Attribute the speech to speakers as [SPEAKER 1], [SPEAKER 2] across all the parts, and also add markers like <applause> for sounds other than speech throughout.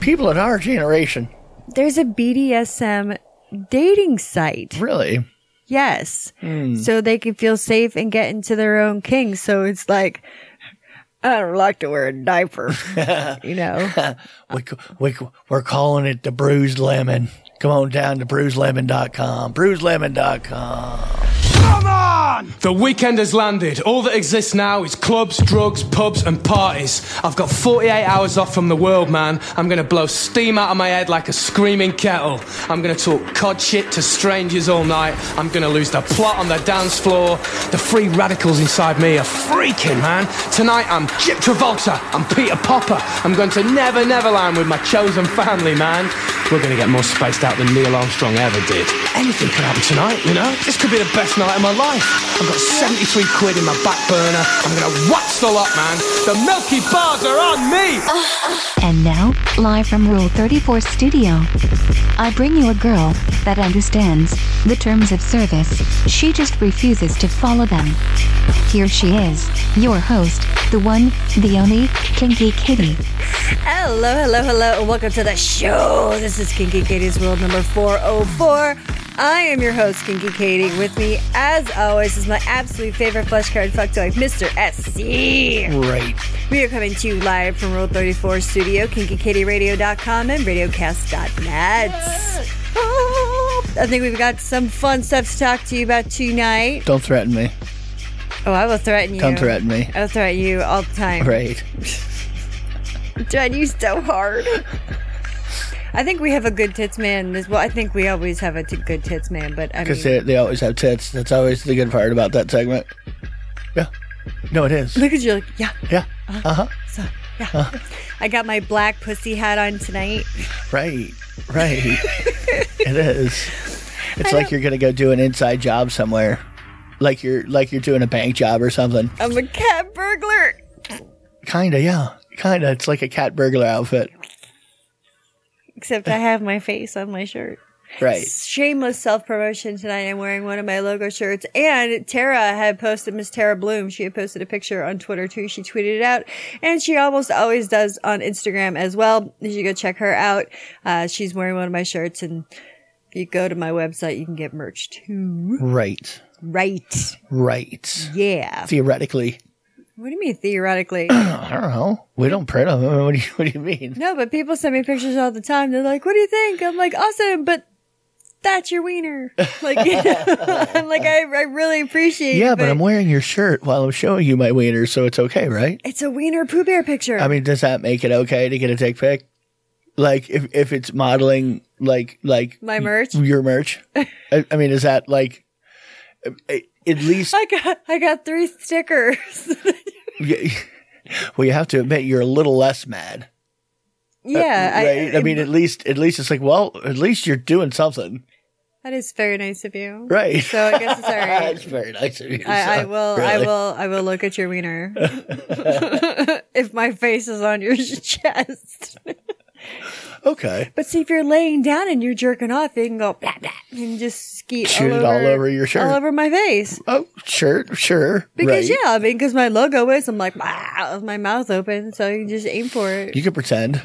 [SPEAKER 1] people in our generation.
[SPEAKER 2] There's a BDSM dating site.
[SPEAKER 1] Really?
[SPEAKER 2] Yes. So they can feel safe and get into their own king. So it's like, I don't like to wear a diaper, you know?
[SPEAKER 1] We, we, we're calling it the Bruised Lemon. Come on down to bruisedlemon.com. Bruisedlemon.com.
[SPEAKER 3] The weekend has landed. All that exists now is clubs, drugs, pubs, and parties. I've got 48 hours off from the world, man. I'm gonna blow steam out of my head like a screaming kettle. I'm gonna talk cod shit to strangers all night. I'm gonna lose the plot on the dance floor. The free radicals inside me are freaking, man. Tonight I'm Jip Travolta. I'm Peter Popper. I'm going to Never Neverland with my chosen family, man. We're gonna get more spaced out than Neil Armstrong ever did. Anything could happen tonight, you know? This could be the best night of my life. I've got 73 quid in my back burner. I'm gonna watch the lot, man. The Milky Bars are on me!
[SPEAKER 4] And now, live from Rule 34 Studio, I bring you a girl that understands the terms of service. She just refuses to follow them. Here she is, your host, the one, the only, Kinky Kitty.
[SPEAKER 2] Hello, hello, hello, and welcome to the show. This is Kinky Katie's World number 404. I am your host, Kinky Katie. With me, as always, is my absolute favorite flesh card fuck toy, Mr. SC.
[SPEAKER 1] Great.
[SPEAKER 2] We are coming to you live from Rule 34 Studio, KinkyKatieRadio.com, and RadioCast.net. Oh, I think we've got some fun stuff to talk to you about tonight.
[SPEAKER 1] Don't threaten me.
[SPEAKER 2] Oh, I will threaten you.
[SPEAKER 1] Don't threaten me.
[SPEAKER 2] I'll threaten you all the time.
[SPEAKER 1] Great.
[SPEAKER 2] Dread you so hard. I think we have a good tits man. This, well, I think we always have a t- good tits man, but I
[SPEAKER 1] Because
[SPEAKER 2] mean,
[SPEAKER 1] they, they always have tits. That's always the good part about that segment. Yeah. No, it is.
[SPEAKER 2] look at you, like, yeah,
[SPEAKER 1] Yeah. Uh huh.
[SPEAKER 2] so, yeah. I got my black pussy hat on tonight.
[SPEAKER 1] Right. Right. it is. It's like you're gonna go do an inside job somewhere. Like you're like you're doing a bank job or something.
[SPEAKER 2] I'm a cat burglar.
[SPEAKER 1] Kinda, yeah. Kinda. It's like a cat burglar outfit.
[SPEAKER 2] Except I have my face on my shirt.
[SPEAKER 1] Right.
[SPEAKER 2] Shameless self promotion tonight. I'm wearing one of my logo shirts. And Tara had posted, Miss Tara Bloom, she had posted a picture on Twitter too. She tweeted it out. And she almost always does on Instagram as well. You should go check her out. Uh, she's wearing one of my shirts. And if you go to my website, you can get merch too.
[SPEAKER 1] Right.
[SPEAKER 2] Right.
[SPEAKER 1] Right.
[SPEAKER 2] Yeah.
[SPEAKER 1] Theoretically.
[SPEAKER 2] What do you mean theoretically? <coughs>
[SPEAKER 1] I don't know. We don't print them. <laughs> What do you, what do you mean?
[SPEAKER 2] no, but people send me pictures all the time. They're like, what do you think? I'm like, awesome, but. That's your wiener. Like, <laughs> you know, I'm like, I, I really appreciate it.
[SPEAKER 1] Yeah, but I'm wearing your shirt while I'm showing you my wiener, so it's okay, right?
[SPEAKER 2] It's a wiener poo bear picture.
[SPEAKER 1] I mean, does that make it okay to get a dick pic? Like, if, if it's modeling, like, like
[SPEAKER 2] my merch.
[SPEAKER 1] your
[SPEAKER 2] <laughs>
[SPEAKER 1] merch? I, I mean, is that like, at
[SPEAKER 2] <laughs>
[SPEAKER 1] least,
[SPEAKER 2] I got I got three stickers. <laughs>
[SPEAKER 1] well, you have to admit you're a little less mad.
[SPEAKER 2] yeah,
[SPEAKER 1] Uh, Right? I, mean, at least, at least it's like, well, at least you're doing something.
[SPEAKER 2] that is very nice of you.
[SPEAKER 1] Right.
[SPEAKER 2] So I guess it's
[SPEAKER 1] <laughs>
[SPEAKER 2] all
[SPEAKER 1] That's
[SPEAKER 2] right.
[SPEAKER 1] very nice of you.
[SPEAKER 2] I, I
[SPEAKER 1] so,
[SPEAKER 2] will. I
[SPEAKER 1] really.
[SPEAKER 2] will. I will look at your
[SPEAKER 1] <laughs>
[SPEAKER 2] wiener if my face is on your <laughs> chest.
[SPEAKER 1] Okay.
[SPEAKER 2] But see, if you're laying down and you're jerking off, you can go blah blah and just skeet
[SPEAKER 1] Shoot it
[SPEAKER 2] all over,
[SPEAKER 1] all over your shirt.
[SPEAKER 2] all over my face.
[SPEAKER 1] Oh, sure, sure.
[SPEAKER 2] Because
[SPEAKER 1] right.
[SPEAKER 2] yeah, I mean, because my logo is I'm like "Bah," with my mouth open, so you can just aim for it.
[SPEAKER 1] You can pretend.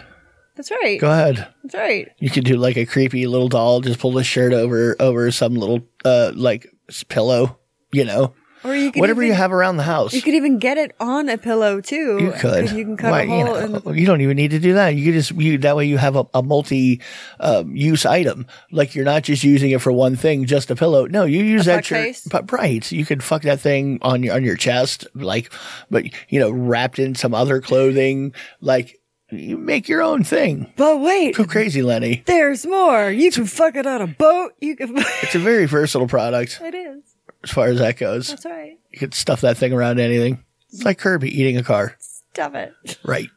[SPEAKER 2] That's right.
[SPEAKER 1] Go ahead.
[SPEAKER 2] That's right.
[SPEAKER 1] You could do like a creepy little doll, just pull his shirt over over some little uh like s- pillow, you know,
[SPEAKER 2] Or you can
[SPEAKER 1] whatever
[SPEAKER 2] even-
[SPEAKER 1] you have around the house.
[SPEAKER 2] You could even get it on a pillow too.
[SPEAKER 1] You
[SPEAKER 2] 'cause
[SPEAKER 1] could.
[SPEAKER 2] You can cut
[SPEAKER 1] Why,
[SPEAKER 2] a hole.
[SPEAKER 1] you, know, you don't even need to do that. You could just you that way you have a, a multi um, use item. Like you're not just using it for one thing, just a pillow. No, you use
[SPEAKER 2] A
[SPEAKER 1] that
[SPEAKER 2] fuck
[SPEAKER 1] shirt.
[SPEAKER 2] face?
[SPEAKER 1] But right, you could fuck that thing on your on your chest, like, but you know, wrapped in some other clothing. Like you make your own thing.
[SPEAKER 2] but wait,
[SPEAKER 1] Go crazy, Lenny.
[SPEAKER 2] there's more. You can fuck it on a boat. You can. <laughs>
[SPEAKER 1] It's a very versatile product
[SPEAKER 2] it is.
[SPEAKER 1] as far as that goes.
[SPEAKER 2] That's right.
[SPEAKER 1] You could stuff that thing around anything. It's like Kirby eating a car.
[SPEAKER 2] Stop it.
[SPEAKER 1] Right.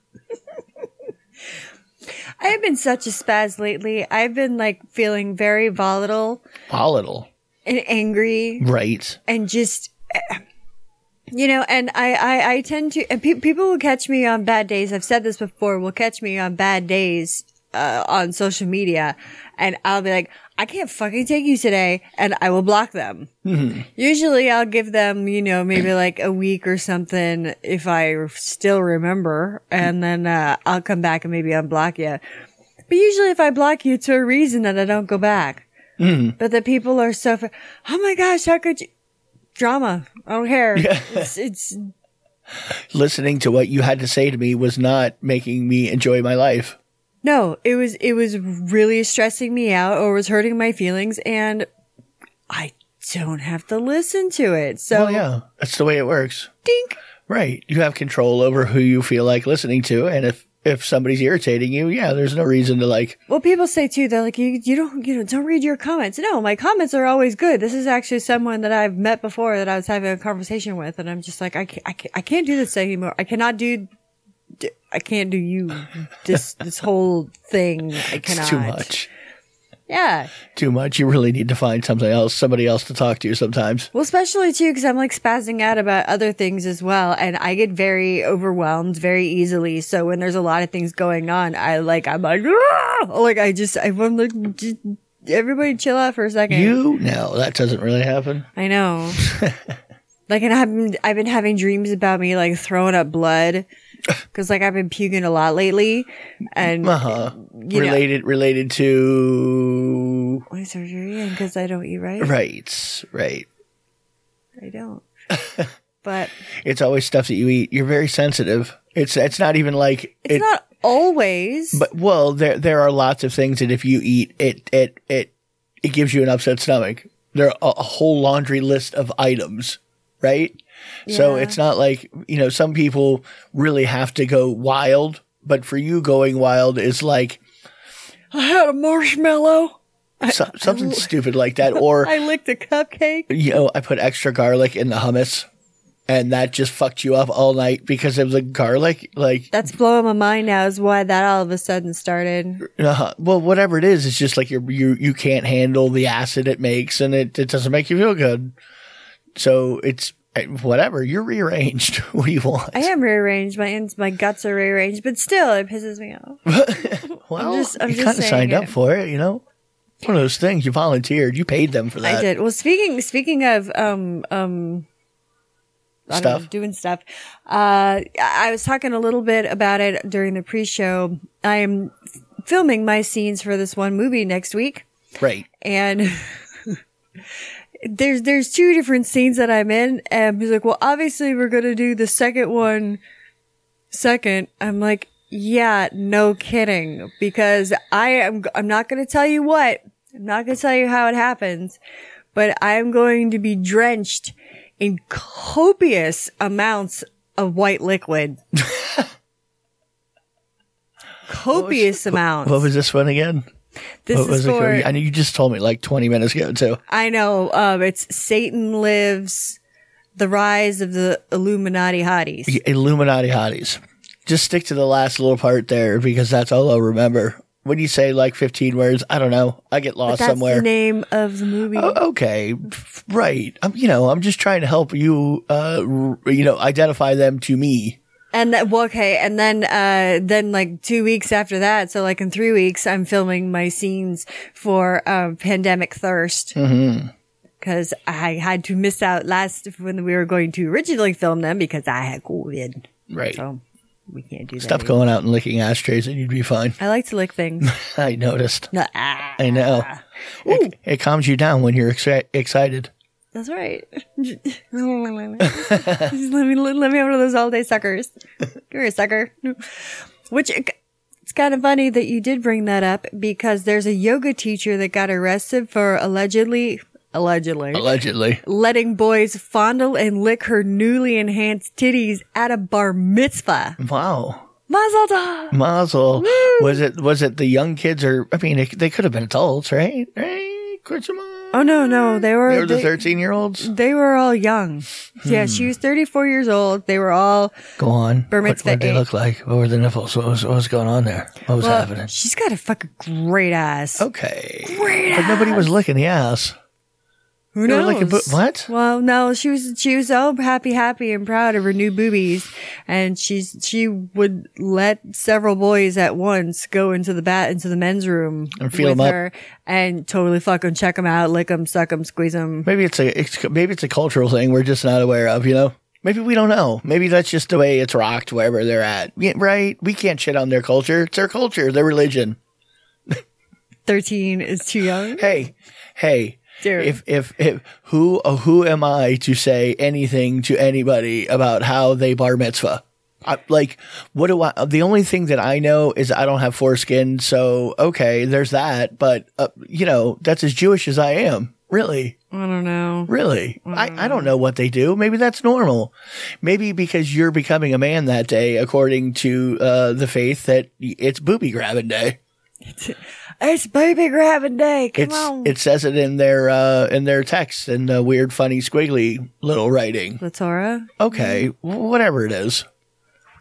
[SPEAKER 2] I have been such a spaz lately. I've been like feeling very volatile
[SPEAKER 1] Volatile.
[SPEAKER 2] and angry
[SPEAKER 1] Right.
[SPEAKER 2] and just. You know, and I, I, I tend to, and pe- people will catch me on bad days. I've said this before, will catch me on bad days, uh, on social media. And I'll be like, I can't fucking take you today. And I will block them. Usually I'll give them, you know, maybe like a week or something if I still remember. And then, uh, I'll come back and maybe unblock you. But usually if I block you, it's for a reason that I don't go back. But the people are so, fr- oh my gosh, how could you? Drama. I don't care. It's, it's,
[SPEAKER 1] Listening to what you had to say to me was not making me enjoy my life.
[SPEAKER 2] no, it was, it was really stressing me out or was hurting my feelings and I don't have to listen to it. So,
[SPEAKER 1] Well, yeah, that's the way it works.
[SPEAKER 2] dink.
[SPEAKER 1] Right. You have control over who you feel like listening to, and if if somebody's irritating you, yeah, there's no reason to like.
[SPEAKER 2] Well, people say too, they're like, you, you don't, you know, don't read your comments. No, my comments are always good. This is actually someone that I've met before that I was having a conversation with. And I'm just like, I can't, I can't, I can't do this anymore. I cannot do, d- I can't do you this, this whole thing. I cannot.
[SPEAKER 1] It's too much.
[SPEAKER 2] Yeah.
[SPEAKER 1] Too much. You really need to find something else, somebody else to talk to sometimes.
[SPEAKER 2] Well, especially too, because I'm like spazzing out about other things as well. And I get very overwhelmed very easily. So when there's a lot of things going on, I like, I'm like, "Ah!" like I just, I'm like, "J- everybody chill out for a second.
[SPEAKER 1] You? No, that doesn't really happen. <laughs>
[SPEAKER 2] I know. like, and I've been, I've been having dreams about me like throwing up blood because like I've been puking a lot lately, and
[SPEAKER 1] Uh huh.
[SPEAKER 2] You know.
[SPEAKER 1] Related, related to
[SPEAKER 2] my surgery and because I don't eat right,
[SPEAKER 1] right, right.
[SPEAKER 2] I
[SPEAKER 1] <laughs>
[SPEAKER 2] don't. but
[SPEAKER 1] It's always stuff that you eat. You're very sensitive. It's it's not even like
[SPEAKER 2] it's
[SPEAKER 1] it-
[SPEAKER 2] not always.
[SPEAKER 1] But well, there there are lots of things that if you eat it it it it gives you an upset stomach. There are a, a whole laundry list of items, right? So
[SPEAKER 2] Yeah.
[SPEAKER 1] it's not like you know some people really have to go wild, but for you going wild is like
[SPEAKER 2] I had a marshmallow.
[SPEAKER 1] so- something stupid like
[SPEAKER 2] <laughs>
[SPEAKER 1] that, or
[SPEAKER 2] I licked a cupcake.
[SPEAKER 1] you know I put extra garlic in the hummus, and that just fucked you up all night because of the garlic. Like
[SPEAKER 2] That's blowing my mind now. Is why that all of a sudden started.
[SPEAKER 1] Uh, well, whatever it is, it's just like you you you can't handle the acid it makes, and it, it doesn't make you feel good. So it's eh, whatever. You're rearranged. <laughs> what do you want?
[SPEAKER 2] I am rearranged. My ends, my guts are rearranged, but still, it pisses me off.
[SPEAKER 1] well,
[SPEAKER 2] just- I'm
[SPEAKER 1] you
[SPEAKER 2] just
[SPEAKER 1] kind of
[SPEAKER 2] saying
[SPEAKER 1] signed up
[SPEAKER 2] it.
[SPEAKER 1] for it, you know. One of those things. You volunteered. You paid them for that.
[SPEAKER 2] I did. Well, speaking speaking of um um I don't know,
[SPEAKER 1] Stuff.
[SPEAKER 2] doing stuff. Uh, I- I was talking a little bit about it during the pre-show. I am filming my scenes for this one movie next week,
[SPEAKER 1] Right.
[SPEAKER 2] and <laughs> there's there's two different scenes that I'm in, and he's like, "Well, obviously we're gonna do the second one second. I'm like, "Yeah, no kidding," because I am I'm not gonna tell you what. I'm not gonna tell you how it happens, but I'm going to be drenched in copious amounts of
[SPEAKER 1] <laughs>
[SPEAKER 2] white liquid. copious amounts.
[SPEAKER 1] What was this one again?
[SPEAKER 2] this
[SPEAKER 1] what was
[SPEAKER 2] is
[SPEAKER 1] it?
[SPEAKER 2] for
[SPEAKER 1] I know you just told me like 20 minutes ago too.
[SPEAKER 2] I know. Um, it's Satan lives, the rise of the Illuminati hotties.
[SPEAKER 1] The Illuminati hotties. Just stick to the last little part there because that's all I'll remember. When you say like 15 words, I don't know. I get lost
[SPEAKER 2] That's
[SPEAKER 1] somewhere.
[SPEAKER 2] the name of the movie.
[SPEAKER 1] O- Uh, okay f- right i'm you know i'm just trying to help you uh r- you know identify them to me
[SPEAKER 2] And that, well, okay. And then, uh, then like two weeks after that. So like in three weeks, I'm filming my scenes for, uh, pandemic thirst. Cause I had to miss out last when we were going to originally film them because I had COVID.
[SPEAKER 1] right
[SPEAKER 2] So we can't do that.
[SPEAKER 1] stop
[SPEAKER 2] anymore.
[SPEAKER 1] going out and licking ashtrays and you'd be fine <laughs>
[SPEAKER 2] I like to lick things.
[SPEAKER 1] i noticed
[SPEAKER 2] No, ah.
[SPEAKER 1] i know it, it calms you down when you're exci- excited
[SPEAKER 2] That's right.
[SPEAKER 1] <laughs>
[SPEAKER 2] Just let me let me have one of those all day suckers. Come here, sucker. Which it's kind of funny that you did bring that up because there's a yoga teacher that got arrested for allegedly allegedly
[SPEAKER 1] allegedly
[SPEAKER 2] letting boys fondle and lick her newly enhanced titties at a bar mitzvah.
[SPEAKER 1] wow
[SPEAKER 2] Mazel tov.
[SPEAKER 1] mazel was it was it the young kids or i mean it, they could have been adults right right Christmas.
[SPEAKER 2] Oh no, no, they were
[SPEAKER 1] they were the Hmm.
[SPEAKER 2] they-
[SPEAKER 1] 13 year olds
[SPEAKER 2] they were all young. Yeah, she was 34 years old. They were all
[SPEAKER 1] go on
[SPEAKER 2] Bar
[SPEAKER 1] what,
[SPEAKER 2] mitzvah
[SPEAKER 1] what they
[SPEAKER 2] age.
[SPEAKER 1] look like what were the nipples what was what was going on there what was
[SPEAKER 2] Well,
[SPEAKER 1] happening
[SPEAKER 2] She's got a fucking great ass.
[SPEAKER 1] Okay. But nobody was licking the ass.
[SPEAKER 2] Who
[SPEAKER 1] they were
[SPEAKER 2] knows?
[SPEAKER 1] looking boo- what?
[SPEAKER 2] Well, no, she was she was so happy, happy, and proud of her new boobies, and she's she would let several boys at once go into the bat into the men's room
[SPEAKER 1] And feel 'em
[SPEAKER 2] with
[SPEAKER 1] up.
[SPEAKER 2] her and totally fucking check them out, lick them, suck them, squeeze them.
[SPEAKER 1] Maybe it's a it's, maybe it's a cultural thing we're just not aware of. You know. Maybe we don't know. Maybe that's just the way it's rocked wherever they're at. Yeah, right? We can't shit on their culture. It's their culture, their religion.
[SPEAKER 2] 13 is too young.
[SPEAKER 1] Hey, hey.
[SPEAKER 2] Dude.
[SPEAKER 1] If, if if who uh, who am I to say anything to anybody about how they bar mitzvah? I, like, what do I? The only thing that I know is I don't have foreskin, so okay, there's that. But uh, you know, that's as Jewish as I am, really.
[SPEAKER 2] I don't know.
[SPEAKER 1] Really? I, I don't know what they do. Maybe that's normal. Maybe because you're becoming a man that day, according to uh, the faith that y- it's booby grabbing day.
[SPEAKER 2] It's baby grabbing day. Come
[SPEAKER 1] It's
[SPEAKER 2] on.
[SPEAKER 1] it says it in their uh, in their text in the weird, funny, squiggly little writing.
[SPEAKER 2] the Torah. Mm.
[SPEAKER 1] Okay, wh- whatever it is.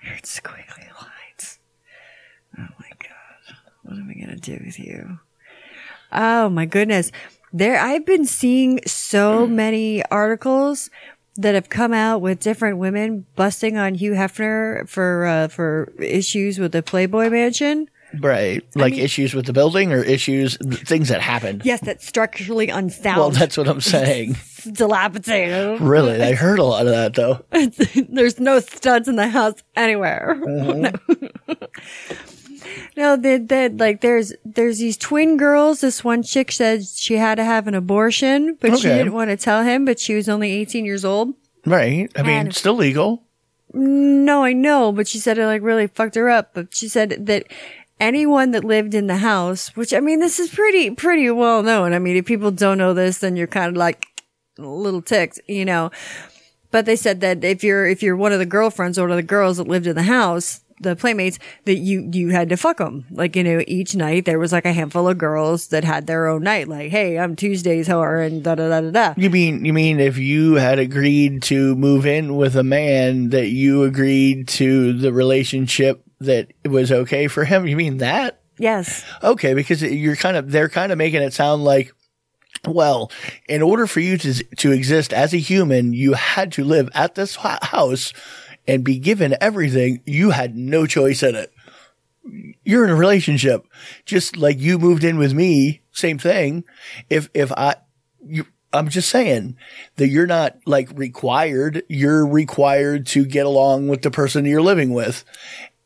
[SPEAKER 2] Weird squiggly lines. Oh my god. What am I gonna do with you? Oh my goodness. There I've been seeing so <clears throat> many articles that have come out with different women busting on Hugh Hefner for uh, for issues with the Playboy mansion.
[SPEAKER 1] Right, like issues with the building or issues things that happened.
[SPEAKER 2] Yes, that's structurally unsound.
[SPEAKER 1] Well, that's what I'm saying.
[SPEAKER 2] <laughs> dilapidated.
[SPEAKER 1] really, I heard a lot of that though.
[SPEAKER 2] <laughs> There's no studs in the house anywhere. <laughs> no, they, they, like there's there's these twin girls. This one chick said she had to have an abortion, but she
[SPEAKER 1] Okay.
[SPEAKER 2] didn't want to tell him. But she was only 18 years old.
[SPEAKER 1] Right, I mean,
[SPEAKER 2] And-
[SPEAKER 1] still legal.
[SPEAKER 2] No, I know, but she said it like really fucked her up. But she said that anyone that lived in the house, which I mean, this is pretty pretty well known. I mean, if people don't know this, then you're kind of like a little ticked, you know. But they said that if you're if you're one of the girlfriends or one of the girls that lived in the house, the playmates, that you you had to fuck them. Like you know, each night there was like a handful of girls that had their own night. Like, hey, I'm Tuesday's whore, and da da da da da.
[SPEAKER 1] You mean you mean if you had agreed to move in with a man that you agreed to the relationship that it was okay for him? You mean that?
[SPEAKER 2] Yes.
[SPEAKER 1] Okay, because you're kind of they're kind of making it sound like well, in order for you to to exist as a human, you had to live at this ho- house and be given everything. You had no choice in it. You're in a relationship, just like you moved in with me. Same thing. If if I, you, I'm just saying that you're not like required. You're required to get along with the person you're living with.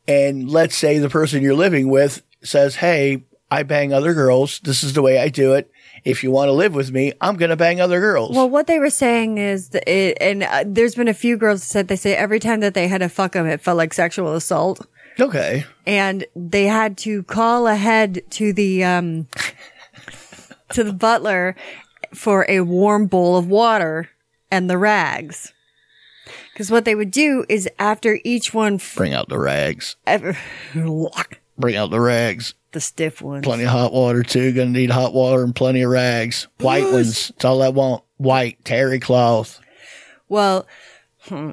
[SPEAKER 1] And let's say the person you're living with says, Hey, I bang other girls. This is the way I do it. If you want to live with me, I'm going to bang other girls.
[SPEAKER 2] Well, what they were saying is, that it, and uh, there's been a few girls that said they say every time that they had to fuck him, it felt like sexual assault,
[SPEAKER 1] okay.
[SPEAKER 2] and they had to call ahead to the um to the butler for a warm bowl of water and the rags. Because what they would do is after each one, f-
[SPEAKER 1] Bring out the rags.
[SPEAKER 2] ever, <laughs>
[SPEAKER 1] Bring out the rags.
[SPEAKER 2] the stiff ones.
[SPEAKER 1] Plenty of hot water, too. Going to need hot water and plenty of rags. White ones. That's all I want. White, terry cloth.
[SPEAKER 2] Well, hmm,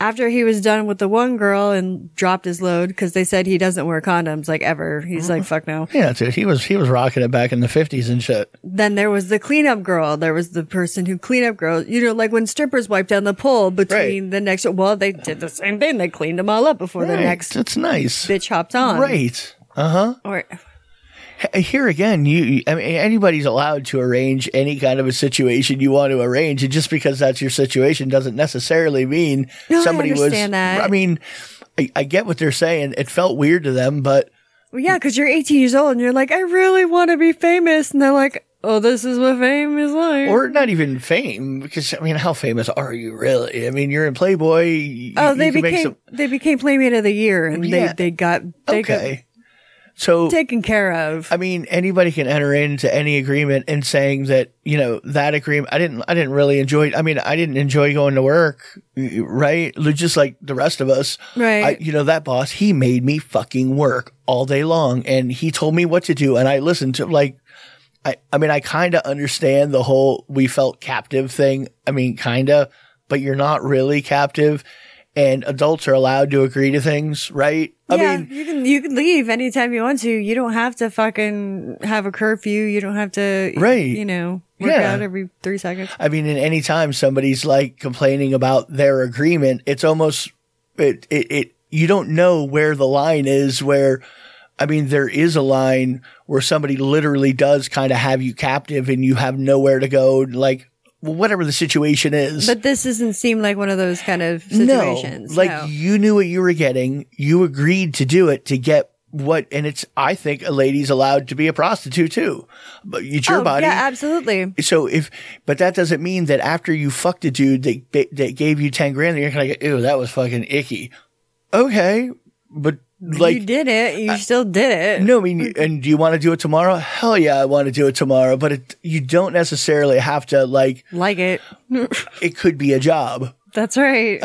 [SPEAKER 2] after he was done with the one girl and dropped his load, because they said he doesn't wear condoms like ever. He's like, fuck no.
[SPEAKER 1] Yeah, dude. He was, he was rocking it back in the 50s and shit.
[SPEAKER 2] Then there was the cleanup girl. There was the person who cleanup girl. You know, like when strippers wipe down the pole between
[SPEAKER 1] Right.
[SPEAKER 2] the next. Well, they did the same thing. They cleaned them all up before the
[SPEAKER 1] Right.
[SPEAKER 2] next
[SPEAKER 1] That's nice.
[SPEAKER 2] bitch hopped on.
[SPEAKER 1] Right. Uh huh.
[SPEAKER 2] Or
[SPEAKER 1] Here again, you, you- I mean, anybody's allowed to arrange any kind of a situation you want to arrange, and just because that's your situation doesn't necessarily mean
[SPEAKER 2] No, I
[SPEAKER 1] somebody was.
[SPEAKER 2] understand that.
[SPEAKER 1] I mean, I, I get what they're saying. It felt weird to them, but
[SPEAKER 2] well, yeah, because you're 18 years old and you're like, I really want to be famous, and they're like, Oh, this is what fame is like.
[SPEAKER 1] or not even fame, because I mean, how famous are you really? I mean, you're in Playboy. you-
[SPEAKER 2] oh,
[SPEAKER 1] you
[SPEAKER 2] they
[SPEAKER 1] can make
[SPEAKER 2] became
[SPEAKER 1] some-
[SPEAKER 2] they became playmate of the year, and
[SPEAKER 1] Yeah.
[SPEAKER 2] they they got they got
[SPEAKER 1] okay. So
[SPEAKER 2] taken care of.
[SPEAKER 1] I mean, anybody can enter into any agreement and saying that you know that agreement. I didn't. I didn't really enjoy. I mean, I didn't enjoy going to work, right? Just like the rest of us,
[SPEAKER 2] Right.
[SPEAKER 1] I, you know, that boss, he made me fucking work all day long, and he told me what to do, and I listened to. Like, I. I mean, I kind of understand the whole we felt captive thing. I mean, kind of, but you're not really captive, and adults are allowed to agree to things, right? I
[SPEAKER 2] yeah,
[SPEAKER 1] mean,
[SPEAKER 2] you can you can leave anytime you want to. You don't have to fucking have a curfew. You don't have to,
[SPEAKER 1] Right.
[SPEAKER 2] You know, work
[SPEAKER 1] Yeah.
[SPEAKER 2] out every three seconds.
[SPEAKER 1] I mean, in any time somebody's like complaining about their agreement, it's almost it, it it you don't know where the line is. Where I mean, there is a line where somebody literally does kind of have you captive, and you have nowhere to go. Like whatever the situation is,
[SPEAKER 2] But this doesn't seem like one of those kind of
[SPEAKER 1] no,
[SPEAKER 2] situations.
[SPEAKER 1] like
[SPEAKER 2] no.
[SPEAKER 1] you knew what you were getting, you agreed to do it to get what, and it's, I think a lady's allowed to be a prostitute too, but it's your
[SPEAKER 2] Oh,
[SPEAKER 1] body.
[SPEAKER 2] Yeah, absolutely.
[SPEAKER 1] so if, but that doesn't mean that after you fucked a dude that ba- that gave you ten grand, you're kind of like, ew, that was fucking icky. Okay, but like,
[SPEAKER 2] you did it. You still did it.
[SPEAKER 1] no, I mean, and do you want to do it tomorrow? Hell yeah, I want to do it tomorrow. But it, you don't necessarily have to like.
[SPEAKER 2] Like it.
[SPEAKER 1] It could be a job.
[SPEAKER 2] That's right.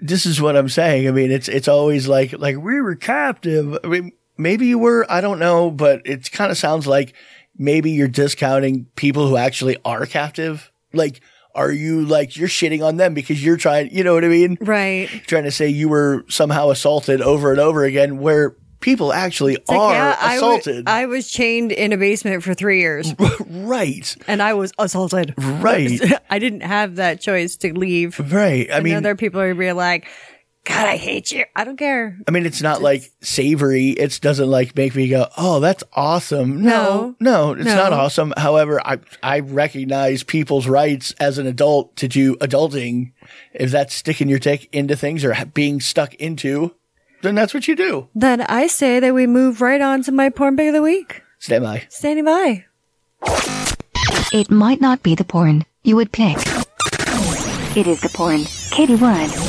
[SPEAKER 1] This is what I'm saying. I mean, it's it's always like like we were captive. I mean, maybe you were. I don't know, but it kind of sounds like maybe you're discounting people who actually are captive. Like, are you like you're shitting on them because you're trying? You know what I mean?
[SPEAKER 2] right.
[SPEAKER 1] Trying to say you were somehow assaulted over and over again, where people actually
[SPEAKER 2] Like,
[SPEAKER 1] are
[SPEAKER 2] yeah, I wa-
[SPEAKER 1] assaulted.
[SPEAKER 2] I was chained in a basement for three years
[SPEAKER 1] <laughs> right,
[SPEAKER 2] and I was assaulted. <laughs>
[SPEAKER 1] right.
[SPEAKER 2] I didn't have that choice to leave.
[SPEAKER 1] Right. I
[SPEAKER 2] I mean,
[SPEAKER 1] mean,
[SPEAKER 2] other people are being like, God, I hate you. I don't care.
[SPEAKER 1] I mean, it's not like savory. It doesn't like make me go, "Oh, that's awesome." No, no, it's
[SPEAKER 2] No.
[SPEAKER 1] not awesome. However, I I recognize people's rights as an adult to do adulting. If that's sticking your dick into things or ha- being stuck into, then that's what you do.
[SPEAKER 2] Then I say that we move right on to my porn pick of the week.
[SPEAKER 1] Stand by.
[SPEAKER 2] Standing by.
[SPEAKER 4] It might not be the porn you would pick. It is the porn Katie would.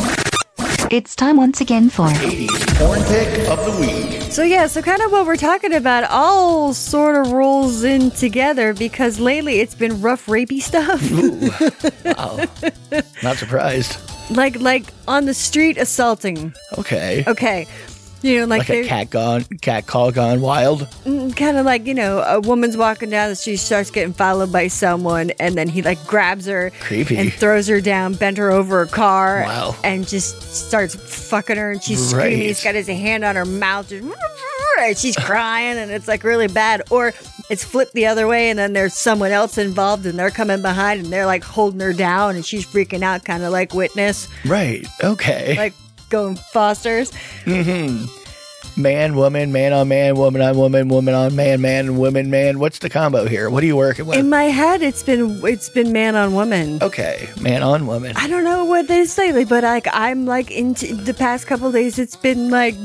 [SPEAKER 4] It's time once again for
[SPEAKER 1] Porn pick of the week.
[SPEAKER 2] So yeah, so kind of what we're talking about all sort of rolls in together because lately it's been rough rapey stuff. <laughs>
[SPEAKER 1] <laughs> Not surprised.
[SPEAKER 2] like like on the street assaulting.
[SPEAKER 1] Okay.
[SPEAKER 2] Okay. You know, like,
[SPEAKER 1] Like
[SPEAKER 2] they-
[SPEAKER 1] a cat gone, cat call gone wild.
[SPEAKER 2] kind of like you know a woman's walking down the street starts getting followed by someone and then he like grabs her
[SPEAKER 1] Creepy.
[SPEAKER 2] and throws her down bent her over a car
[SPEAKER 1] Wow.
[SPEAKER 2] and just starts fucking her and she's screaming
[SPEAKER 1] Right.
[SPEAKER 2] he's got his hand on her mouth just, and she's crying and it's like really bad or it's flipped the other way and then there's someone else involved and they're coming behind and they're like holding her down and she's freaking out kind of like witness
[SPEAKER 1] Right. Okay.
[SPEAKER 2] like going fosters
[SPEAKER 1] man, woman, man on man, woman on woman, woman on man, man, woman, man. What's the combo here? What are you working with?
[SPEAKER 2] in my head it's been it's been man on woman
[SPEAKER 1] okay, man on woman.
[SPEAKER 2] I don't know what it is lately, but like I'm like into the past couple days, it's been like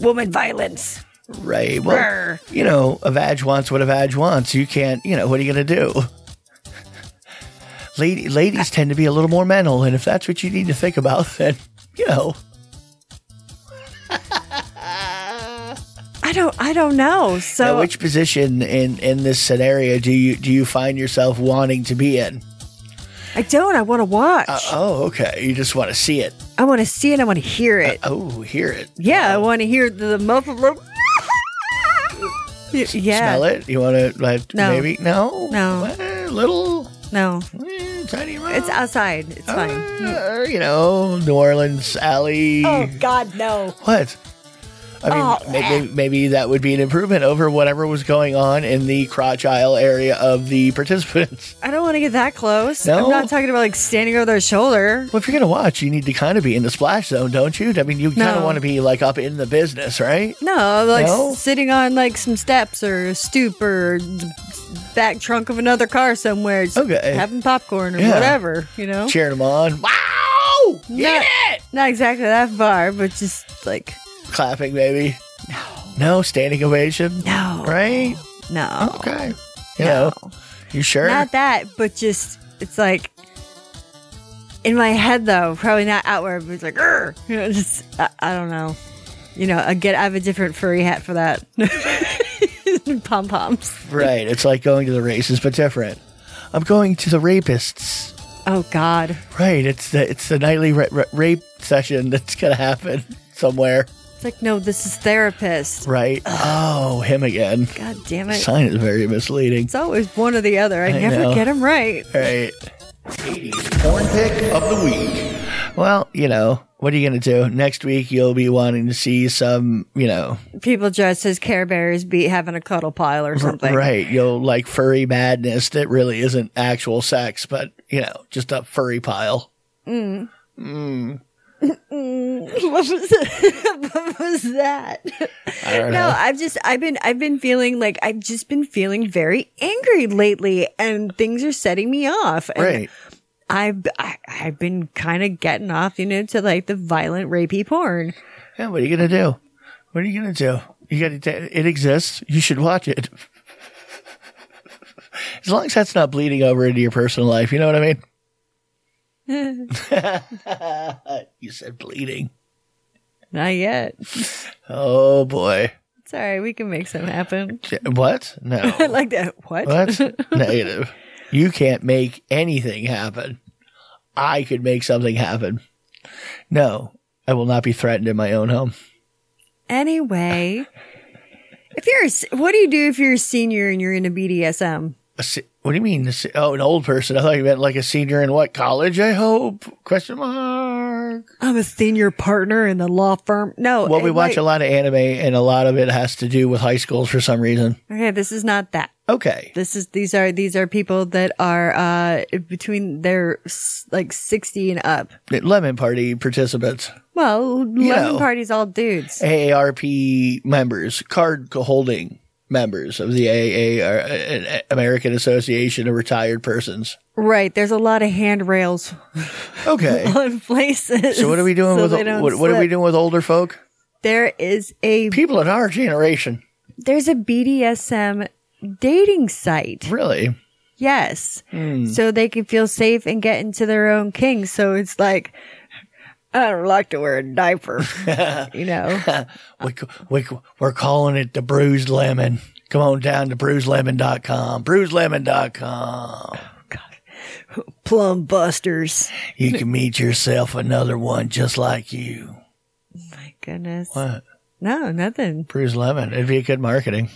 [SPEAKER 2] woman violence.
[SPEAKER 1] Right. Well,
[SPEAKER 2] Brr.
[SPEAKER 1] you know, a vag wants what a vag wants. You can't, you know, what are you going to do? Lady, ladies tend to be a little more mental, and if that's what you need to think about, <laughs> then, you know,
[SPEAKER 2] I don't, I don't know.
[SPEAKER 1] now
[SPEAKER 2] So
[SPEAKER 1] which position in in this scenario do you do you find yourself wanting to be in?
[SPEAKER 2] I don't. I want to watch.
[SPEAKER 1] Uh, oh, okay. You just want to see it.
[SPEAKER 2] I want to see it. I want to hear it.
[SPEAKER 1] Oh, hear it.
[SPEAKER 2] yeah, I want to hear the muffled. little- Y- <laughs> yeah.
[SPEAKER 1] Smell it. You want to like
[SPEAKER 2] No.
[SPEAKER 1] maybe no
[SPEAKER 2] No.
[SPEAKER 1] Eh, little
[SPEAKER 2] No,
[SPEAKER 1] eh, tiny amount.
[SPEAKER 2] it's outside. It's fine.
[SPEAKER 1] Uh, you know, New Orleans alley.
[SPEAKER 2] Oh God, no.
[SPEAKER 1] What? I mean,
[SPEAKER 2] Oh,
[SPEAKER 1] maybe, maybe that would be an improvement over whatever was going on in the crotch aisle area of the participants. <laughs>
[SPEAKER 2] I don't want to get that close.
[SPEAKER 1] No?
[SPEAKER 2] I'm not talking about like standing over their shoulder.
[SPEAKER 1] Well, if you're going to watch, you need to kind of be in the splash zone, don't you? I mean, you kind of
[SPEAKER 2] No.
[SPEAKER 1] want to be like up in the business, right?
[SPEAKER 2] No, like
[SPEAKER 1] No?
[SPEAKER 2] s- sitting on like some steps or a stoop or the back trunk of another car somewhere, just
[SPEAKER 1] Okay.
[SPEAKER 2] having popcorn or
[SPEAKER 1] Yeah.
[SPEAKER 2] whatever, you know.
[SPEAKER 1] Cheering them on. Wow!
[SPEAKER 2] Not,
[SPEAKER 1] Get it!
[SPEAKER 2] not exactly that far, but just like
[SPEAKER 1] Clapping, maybe. No. No standing ovation.
[SPEAKER 2] No.
[SPEAKER 1] Right?
[SPEAKER 2] no,
[SPEAKER 1] Okay. You
[SPEAKER 2] No.
[SPEAKER 1] know, you sure?
[SPEAKER 2] not that, but just it's like in my head though, probably not outward, but it's like, "Grr," <laughs> you know, just I, I don't know. You know, I get I have a different furry hat for that. <laughs> Pom poms.
[SPEAKER 1] right. It's like going to the races, but different. I'm going to the rapists.
[SPEAKER 2] Oh God.
[SPEAKER 1] Right, it's the it's the nightly ra- ra- rape session that's gonna happen <laughs> somewhere.
[SPEAKER 2] It's like no, this is therapist.
[SPEAKER 1] Right? Oh, him again.
[SPEAKER 2] God damn it.
[SPEAKER 1] Sign is very misleading.
[SPEAKER 2] It's always one or the other. I,
[SPEAKER 1] I
[SPEAKER 2] never
[SPEAKER 1] know.
[SPEAKER 2] get them right.
[SPEAKER 1] Right. Porn pick of the week. Well, you know what are you gonna do next week? You'll be wanting to see some, you know,
[SPEAKER 2] People dressed as Care Bears be having a cuddle pile or something.
[SPEAKER 1] right? You'll like furry madness that really isn't actual sex, but you know, just a furry pile.
[SPEAKER 2] <laughs> what, was that? <laughs> what was that?
[SPEAKER 1] I don't
[SPEAKER 2] No,
[SPEAKER 1] know.
[SPEAKER 2] I've just I've been I've been feeling like I've just been feeling very angry lately, and things are setting me off. And
[SPEAKER 1] Right.
[SPEAKER 2] I've I, I've been kind of getting off, you know, to like the violent rapey porn.
[SPEAKER 1] Yeah. What are you gonna do? What are you gonna do? You got to. It exists. You should watch it. <laughs> as long as that's not bleeding over into your personal life, you know what I mean. you said bleeding.
[SPEAKER 2] Not yet. <laughs>
[SPEAKER 1] Oh boy.
[SPEAKER 2] It's all right. We can make some happen. <laughs>
[SPEAKER 1] J- What? No.
[SPEAKER 2] like that. What?
[SPEAKER 1] That's negative. You can't make anything happen. I could make something happen. No, I will not be threatened in my own home.
[SPEAKER 2] Anyway, if you're, a s- what do you do if you're a senior and you're into BDSM?
[SPEAKER 1] A se- what do you mean? a se- Oh, an old person. I thought you meant like a senior in what college? I hope? Question mark.
[SPEAKER 2] I'm a senior partner in the law firm. No.
[SPEAKER 1] Well, we
[SPEAKER 2] and,
[SPEAKER 1] watch
[SPEAKER 2] like-
[SPEAKER 1] a lot of anime, and a lot of it has to do with high schools for some reason.
[SPEAKER 2] Okay, this is not that.
[SPEAKER 1] Okay,
[SPEAKER 2] This is these are these are people that are uh between their s- like 60 and up.
[SPEAKER 1] lemon party participants,
[SPEAKER 2] Well, lemon
[SPEAKER 1] know.
[SPEAKER 2] parties all dudes.
[SPEAKER 1] AARP members, card holding members of the AAR, uh, American Association of Retired Persons.
[SPEAKER 2] Right, there's a lot of handrails <laughs>
[SPEAKER 1] Okay.
[SPEAKER 2] on places.
[SPEAKER 1] So what are we doing
[SPEAKER 2] so
[SPEAKER 1] with
[SPEAKER 2] they don't
[SPEAKER 1] what, what are we
[SPEAKER 2] slip.
[SPEAKER 1] doing with older folk?
[SPEAKER 2] There is a
[SPEAKER 1] People in our generation,
[SPEAKER 2] there's a BDSM dating site.
[SPEAKER 1] really.
[SPEAKER 2] Yes.
[SPEAKER 1] Hmm.
[SPEAKER 2] So they can feel safe and get into their own king. So it's like, I don't like to wear a
[SPEAKER 1] <laughs>
[SPEAKER 2] diaper, you know?
[SPEAKER 1] We, we, we're calling it the bruised lemon. Come on down to bruisedlemon.com. Bruisedlemon.com.
[SPEAKER 2] Plum busters.
[SPEAKER 1] You can meet yourself another one just like you.
[SPEAKER 2] My goodness.
[SPEAKER 1] What?
[SPEAKER 2] No, nothing.
[SPEAKER 1] Bruised lemon. It'd be good marketing.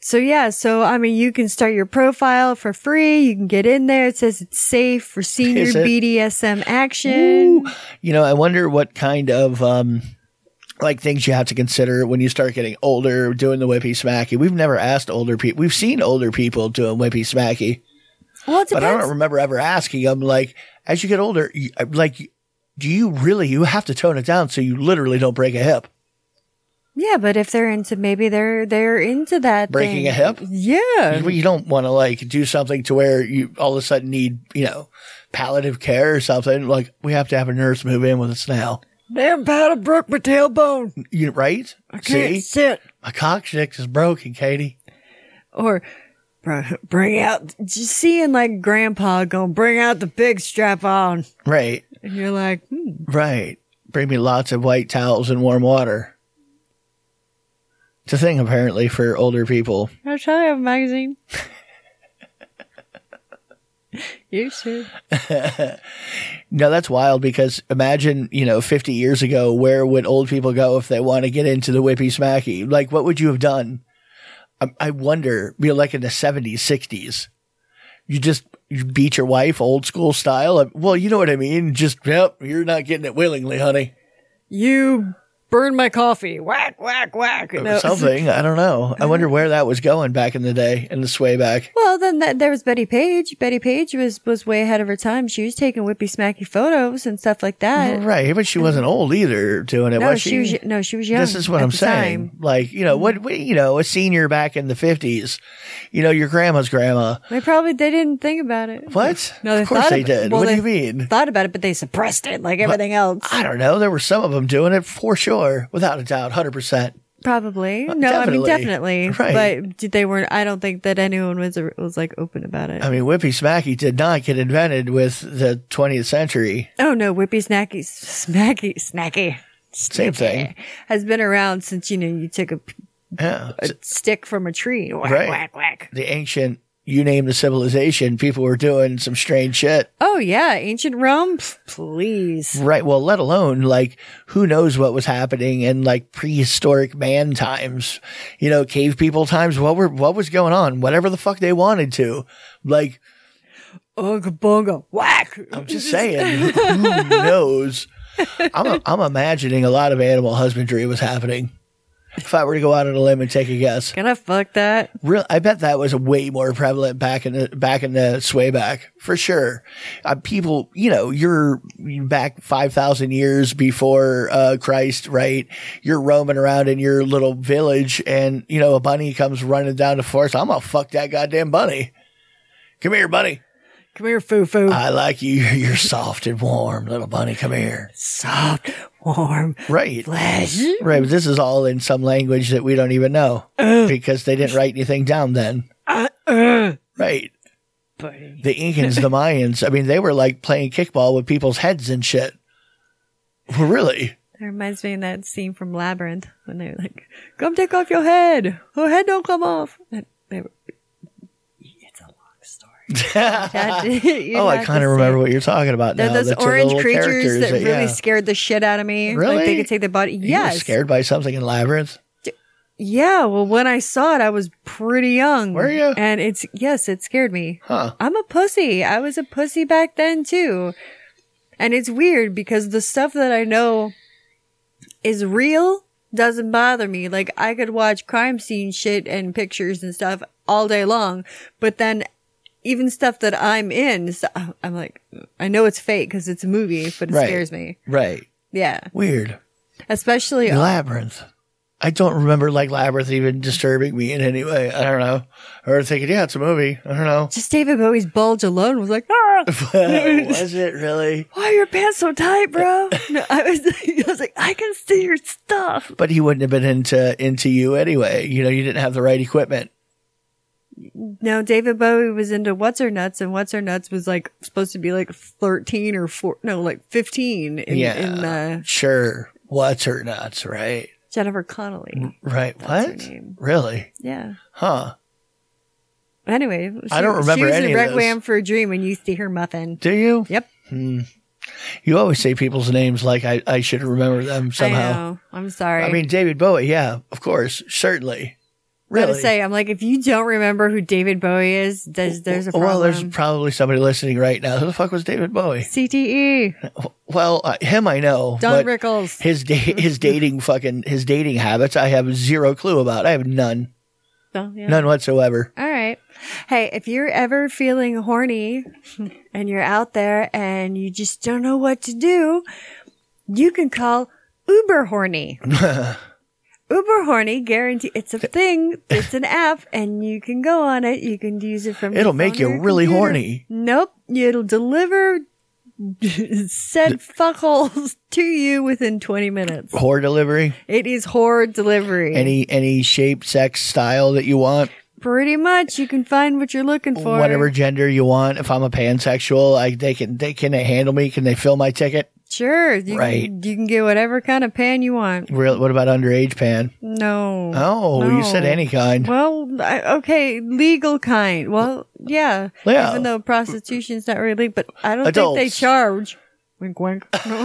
[SPEAKER 2] So yeah, so I mean, you can start your profile for free. You can get in there. It says it's safe for
[SPEAKER 1] <laughs>
[SPEAKER 2] senior
[SPEAKER 1] Is it?
[SPEAKER 2] BDSM action.
[SPEAKER 1] You know, I wonder what kind of um, like things you have to consider when you start getting older, doing the whippy smacky. We've never asked older people. We've seen older people doing whippy smacky.
[SPEAKER 2] Well, it
[SPEAKER 1] but I
[SPEAKER 2] depends.
[SPEAKER 1] don't remember ever asking them like as you get older you, like do you really you have to tone it down so you literally don't break a hip
[SPEAKER 2] yeah, but if they're into, maybe they're, they're into that.
[SPEAKER 1] breaking
[SPEAKER 2] thing.
[SPEAKER 1] a hip
[SPEAKER 2] Yeah.
[SPEAKER 1] Well, you don't want to like do something to where you all of a sudden need you know palliative care or something like we have to have a nurse move in with us now
[SPEAKER 2] Damn paddle broke my tailbone.
[SPEAKER 1] you right
[SPEAKER 2] Can't
[SPEAKER 1] see
[SPEAKER 2] sit.
[SPEAKER 1] my coccyx is broken Katie
[SPEAKER 2] or br- bring out just seeing like grandpa going bring out the big strap on
[SPEAKER 1] right
[SPEAKER 2] and you're like hmm,
[SPEAKER 1] right bring me lots of white towels and warm water it's a thing apparently for older people
[SPEAKER 2] i should have a magazine <laughs> you should
[SPEAKER 1] No, that's wild because imagine, you know, 50 years ago, where would old people go if they want to get into the whippy smacky? Like, what would you have done? I, I wonder, you know, like in the 70s, 60s, you just you beat your wife old school style. Well, you know what I mean? Just, yep, you're not getting it willingly, honey.
[SPEAKER 2] you burn my coffee whack whack whack
[SPEAKER 1] Or Something. I don't know. I wonder where that was going back in the day in the sway back.
[SPEAKER 2] <laughs> well then that, there was betty page betty page was was way ahead of her time she was taking whippy smacky photos and stuff like that
[SPEAKER 1] Right. But she wasn't old either doing it,
[SPEAKER 2] Mm. no
[SPEAKER 1] was
[SPEAKER 2] she was no she was young
[SPEAKER 1] This is what
[SPEAKER 2] at
[SPEAKER 1] I'm
[SPEAKER 2] the
[SPEAKER 1] saying.
[SPEAKER 2] time.
[SPEAKER 1] Like, you know, what, what, you know, a senior back in the 50s, you know, your grandma's grandma.
[SPEAKER 2] they probably they didn't think about it
[SPEAKER 1] What?
[SPEAKER 2] No, they
[SPEAKER 1] of course
[SPEAKER 2] thought
[SPEAKER 1] they
[SPEAKER 2] ab-
[SPEAKER 1] did.
[SPEAKER 2] well,
[SPEAKER 1] what
[SPEAKER 2] they
[SPEAKER 1] do you mean?
[SPEAKER 2] Thought about it, but they suppressed it like everything else.
[SPEAKER 1] I don't know. There were some of them doing it for sure, without a doubt, 100%.
[SPEAKER 2] Probably. No, I mean
[SPEAKER 1] definitely. <laughs>
[SPEAKER 2] definitely.
[SPEAKER 1] Right.
[SPEAKER 2] But did- they weren't. I don't think that anyone was was like open about it.
[SPEAKER 1] I mean, Whippy Smacky did not get invented with the 20th century.
[SPEAKER 2] oh no, whippy snacky, s- smacky, snacky.
[SPEAKER 1] Same thing.
[SPEAKER 2] Has been around since you know you took a, p-
[SPEAKER 1] Yeah.
[SPEAKER 2] a stick from a tree. Whack,
[SPEAKER 1] Right.
[SPEAKER 2] whack, whack.
[SPEAKER 1] The ancient, you name the civilization, people were doing some strange shit.
[SPEAKER 2] Oh yeah, ancient Rome. Pff, Please.
[SPEAKER 1] Right. Well, let alone like who knows what was happening in like prehistoric man times, you know, cave people times. What were what was going on? Whatever the fuck they wanted to. Like
[SPEAKER 2] Ooga booga whack.
[SPEAKER 1] I'm just saying, who knows? I'm i I'm imagining a lot of animal husbandry was happening. If I were to go out on a limb and take a guess,
[SPEAKER 2] Can I fuck that?
[SPEAKER 1] real, I bet that was way more prevalent back in the back in the sway back for sure. Uh, people, you know, you're back five thousand years before uh, Christ, right? You're roaming around in your little village, and you know a bunny comes running down the forest. I'm gonna fuck that goddamn bunny. Come here, bunny.
[SPEAKER 2] Come here, foo foo.
[SPEAKER 1] uh, <laughs> I like you. You're soft and warm, little bunny. Come here.
[SPEAKER 2] Soft, warm
[SPEAKER 1] Right.
[SPEAKER 2] flesh.
[SPEAKER 1] <laughs> Right. But this is all in some language that we don't even know because they didn't write anything down then. Right.
[SPEAKER 2] Buddy.
[SPEAKER 1] The Incans, the Mayans, I mean, they were like playing kickball with people's heads and shit. Well, really? <laughs>
[SPEAKER 2] That reminds me of that scene from Labyrinth when they're like, "Come take off your head. Her head don't come off." And they were, it's a long <laughs> story. <laughs>
[SPEAKER 1] oh, I kind of remember what you're talking about
[SPEAKER 2] They're
[SPEAKER 1] now.
[SPEAKER 2] those
[SPEAKER 1] That's the
[SPEAKER 2] orange
[SPEAKER 1] little
[SPEAKER 2] creatures
[SPEAKER 1] characters
[SPEAKER 2] that really
[SPEAKER 1] yeah.
[SPEAKER 2] scared the shit out of me. Like
[SPEAKER 1] Really?
[SPEAKER 2] they could take the body.
[SPEAKER 1] You were
[SPEAKER 2] Yes.
[SPEAKER 1] scared by something in Labyrinth?
[SPEAKER 2] Yeah. Well, when I saw it, I was pretty young.
[SPEAKER 1] Were you?
[SPEAKER 2] And it's yes, it scared me.
[SPEAKER 1] Huh.
[SPEAKER 2] I'm a pussy. I was a pussy back then too. And it's weird because the stuff that I know is real doesn't bother me. Like I could watch crime scene shit and pictures and stuff all day long, but then even stuff that I'm in, so- I'm like, I know it's fake because it's a movie, but it
[SPEAKER 1] Right.
[SPEAKER 2] scares me.
[SPEAKER 1] Right.
[SPEAKER 2] Yeah.
[SPEAKER 1] Weird.
[SPEAKER 2] Especially
[SPEAKER 1] Labyrinth. I don't remember like Labyrinth even disturbing me in any way. I don't know. Or thinking, yeah, it's a movie. I don't know. <laughs>
[SPEAKER 2] just David Bowie's bulge alone was like, ah,
[SPEAKER 1] Was it really?
[SPEAKER 2] why are your pants so tight, bro? No, I was, <laughs> I was like, I can see your stuff.
[SPEAKER 1] But he wouldn't have been into into you anyway. You know, you didn't have the right equipment.
[SPEAKER 2] No, David Bowie was into What's Her Nuts, and What's Her Nuts was like supposed to be like 13 or 4, no, like 15 in,
[SPEAKER 1] Yeah.
[SPEAKER 2] in uh,
[SPEAKER 1] Sure. What's her nuts, right?
[SPEAKER 2] Jennifer Connolly.
[SPEAKER 1] Right.
[SPEAKER 2] That's her
[SPEAKER 1] what?
[SPEAKER 2] name.
[SPEAKER 1] Really?
[SPEAKER 2] Yeah.
[SPEAKER 1] Huh.
[SPEAKER 2] Anyway,
[SPEAKER 1] I don't remember
[SPEAKER 2] she was
[SPEAKER 1] any
[SPEAKER 2] in
[SPEAKER 1] of those.
[SPEAKER 2] Requiem for a Dream and you see her muffin.
[SPEAKER 1] Do you? Hmm.
[SPEAKER 2] Yep.
[SPEAKER 1] You always say people's names like I, I should remember them
[SPEAKER 2] I
[SPEAKER 1] somehow.
[SPEAKER 2] know. I'm sorry.
[SPEAKER 1] I, mean, David Bowie, yeah, of course, certainly.
[SPEAKER 2] I
[SPEAKER 1] Really?
[SPEAKER 2] gotta say, I'm like, if you don't remember who David Bowie is, there's, there's a problem.
[SPEAKER 1] Well, there's probably somebody listening right now. Who the fuck was David Bowie?
[SPEAKER 2] CTE,
[SPEAKER 1] Well, uh, him I know.
[SPEAKER 2] E. Don
[SPEAKER 1] but
[SPEAKER 2] Rickles.
[SPEAKER 1] His
[SPEAKER 2] <laughs>
[SPEAKER 1] da- his dating fucking his dating habits I have zero clue about. I have none,
[SPEAKER 2] Oh, yeah.
[SPEAKER 1] none whatsoever.
[SPEAKER 2] All right. Hey, if you're ever feeling horny <laughs> and you're out there and you just don't know what to do, you can call
[SPEAKER 1] <laughs>
[SPEAKER 2] Uber Horny. Uber Horny guarantee it's a thing. It's an app and you can go on it. You can use it from your
[SPEAKER 1] It'll make
[SPEAKER 2] phone or
[SPEAKER 1] you
[SPEAKER 2] your
[SPEAKER 1] really
[SPEAKER 2] computer.
[SPEAKER 1] horny.
[SPEAKER 2] Nope. It'll deliver <laughs> said fuckholes <laughs> to you within 20 minutes.
[SPEAKER 1] Whore delivery,
[SPEAKER 2] It is horror delivery.
[SPEAKER 1] any any shape, sex, style that you want,
[SPEAKER 2] Pretty much you can find what you're looking for.
[SPEAKER 1] whatever gender you want. If I'm a pansexual, I, they can they can they handle me? Can they fill my ticket?
[SPEAKER 2] Sure, you
[SPEAKER 1] Right.
[SPEAKER 2] Can, you can get whatever kind of pan you want.
[SPEAKER 1] Real, what about underage pan?
[SPEAKER 2] No.
[SPEAKER 1] Oh, you said
[SPEAKER 2] No.
[SPEAKER 1] any kind.
[SPEAKER 2] Well, I, okay, legal kind. Well, yeah.
[SPEAKER 1] Yeah.
[SPEAKER 2] Even though prostitution's not really, but I don't think
[SPEAKER 1] Adults.
[SPEAKER 2] they charge. Wink, wink. <laughs>
[SPEAKER 1] When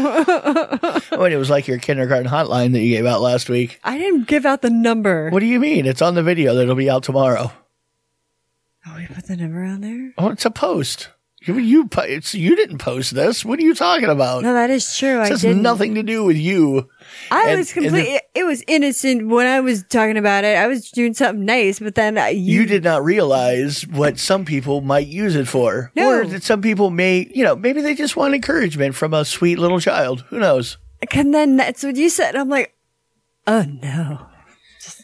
[SPEAKER 1] Oh, it was like your kindergarten hotline that you gave out last week.
[SPEAKER 2] I didn't give out the number.
[SPEAKER 1] What do you mean? It's on the video that'll be out tomorrow.
[SPEAKER 2] Oh, we put the number on there.
[SPEAKER 1] Oh, it's a post. You you po- it's you didn't post this. What are you talking about?
[SPEAKER 2] No, that is true.
[SPEAKER 1] This
[SPEAKER 2] I
[SPEAKER 1] has
[SPEAKER 2] didn't.
[SPEAKER 1] nothing to do with you.
[SPEAKER 2] I
[SPEAKER 1] and-
[SPEAKER 2] was
[SPEAKER 1] and the-
[SPEAKER 2] completely. it was innocent when I was talking about it. I was doing something nice, but then I,
[SPEAKER 1] You
[SPEAKER 2] you,
[SPEAKER 1] did not realize what some people might use it for,
[SPEAKER 2] No.
[SPEAKER 1] or that some people may, you know, maybe they just want encouragement from a sweet little child. Who knows?
[SPEAKER 2] And then that's what you said. I'm like, oh no. Just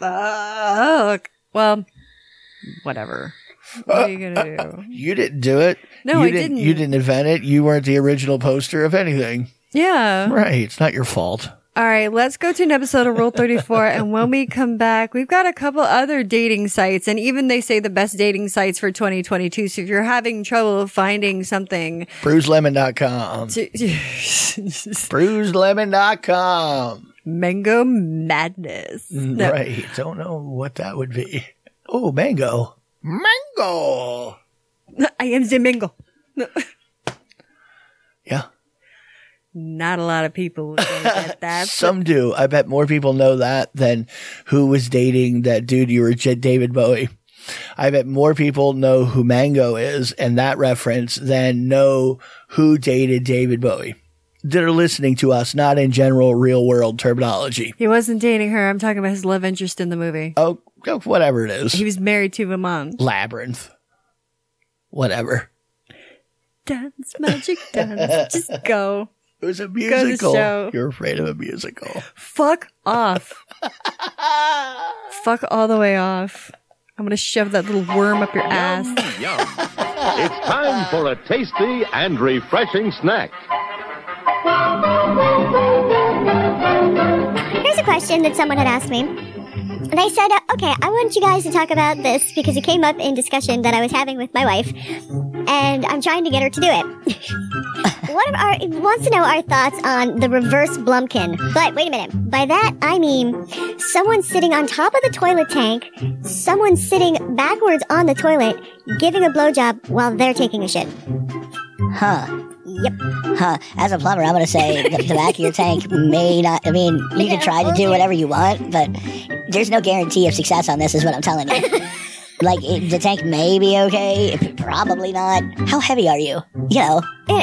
[SPEAKER 2] fuck. Well, whatever. What are you gonna do?
[SPEAKER 1] You didn't do it.
[SPEAKER 2] No,
[SPEAKER 1] you
[SPEAKER 2] I didn't.
[SPEAKER 1] You didn't invent it. You weren't the original poster of anything.
[SPEAKER 2] Yeah.
[SPEAKER 1] Right? It's not your fault.
[SPEAKER 2] All right, let's go to an episode of Rule 34. And when we come back, we've got a couple other dating sites, and even they say the best dating sites for 2022. So if you're having trouble finding something,
[SPEAKER 1] BruiseLemon.com.
[SPEAKER 2] to-
[SPEAKER 1] BruiseLemon.com.
[SPEAKER 2] <laughs> Mango Madness.
[SPEAKER 1] Mm,
[SPEAKER 2] No.
[SPEAKER 1] Right. Don't know what that would be. Oh, mango. Mango.
[SPEAKER 2] I am the Mingo.
[SPEAKER 1] Yeah.
[SPEAKER 2] Not a lot of people would get that.
[SPEAKER 1] Some do. I bet more people know that than who was dating that dude you were J- David Bowie. I bet more people know who Mango is and that reference than know who dated David Bowie that are listening to us, not in general real world terminology.
[SPEAKER 2] He wasn't dating her. I'm talking about his love interest in the movie.
[SPEAKER 1] Oh, oh, whatever it is.
[SPEAKER 2] He was married to a mom.
[SPEAKER 1] Labyrinth. Whatever.
[SPEAKER 2] Dance, magic, dance. Just go.
[SPEAKER 1] It was a
[SPEAKER 2] to
[SPEAKER 1] musical.
[SPEAKER 2] show.
[SPEAKER 1] You're afraid of a musical.
[SPEAKER 2] Fuck off. Fuck all the way off. I'm going to shove that little worm up your ass.
[SPEAKER 5] Yum. It's time for a tasty and refreshing snack.
[SPEAKER 6] question that someone had asked me. And I said, uh, okay, I want you guys to talk about this because it came up in discussion that I was having with my wife, and I'm trying to get her to do it. <laughs> One of our it wants to know our thoughts on the reverse Blumpkin. But wait a minute. By that I mean someone sitting on top of the toilet tank, someone sitting backwards on the toilet, giving a blowjob while they're taking a shit.
[SPEAKER 7] Huh. Yep. Huh. As a plumber, I'm going to say the, the back of your tank may not. I mean, you can try to do whatever you want, but there's no guarantee of success on this, is what
[SPEAKER 6] <laughs>
[SPEAKER 7] I'm telling you. like, it, the tank may be okay, probably not. How heavy are you? You know,
[SPEAKER 6] Eh,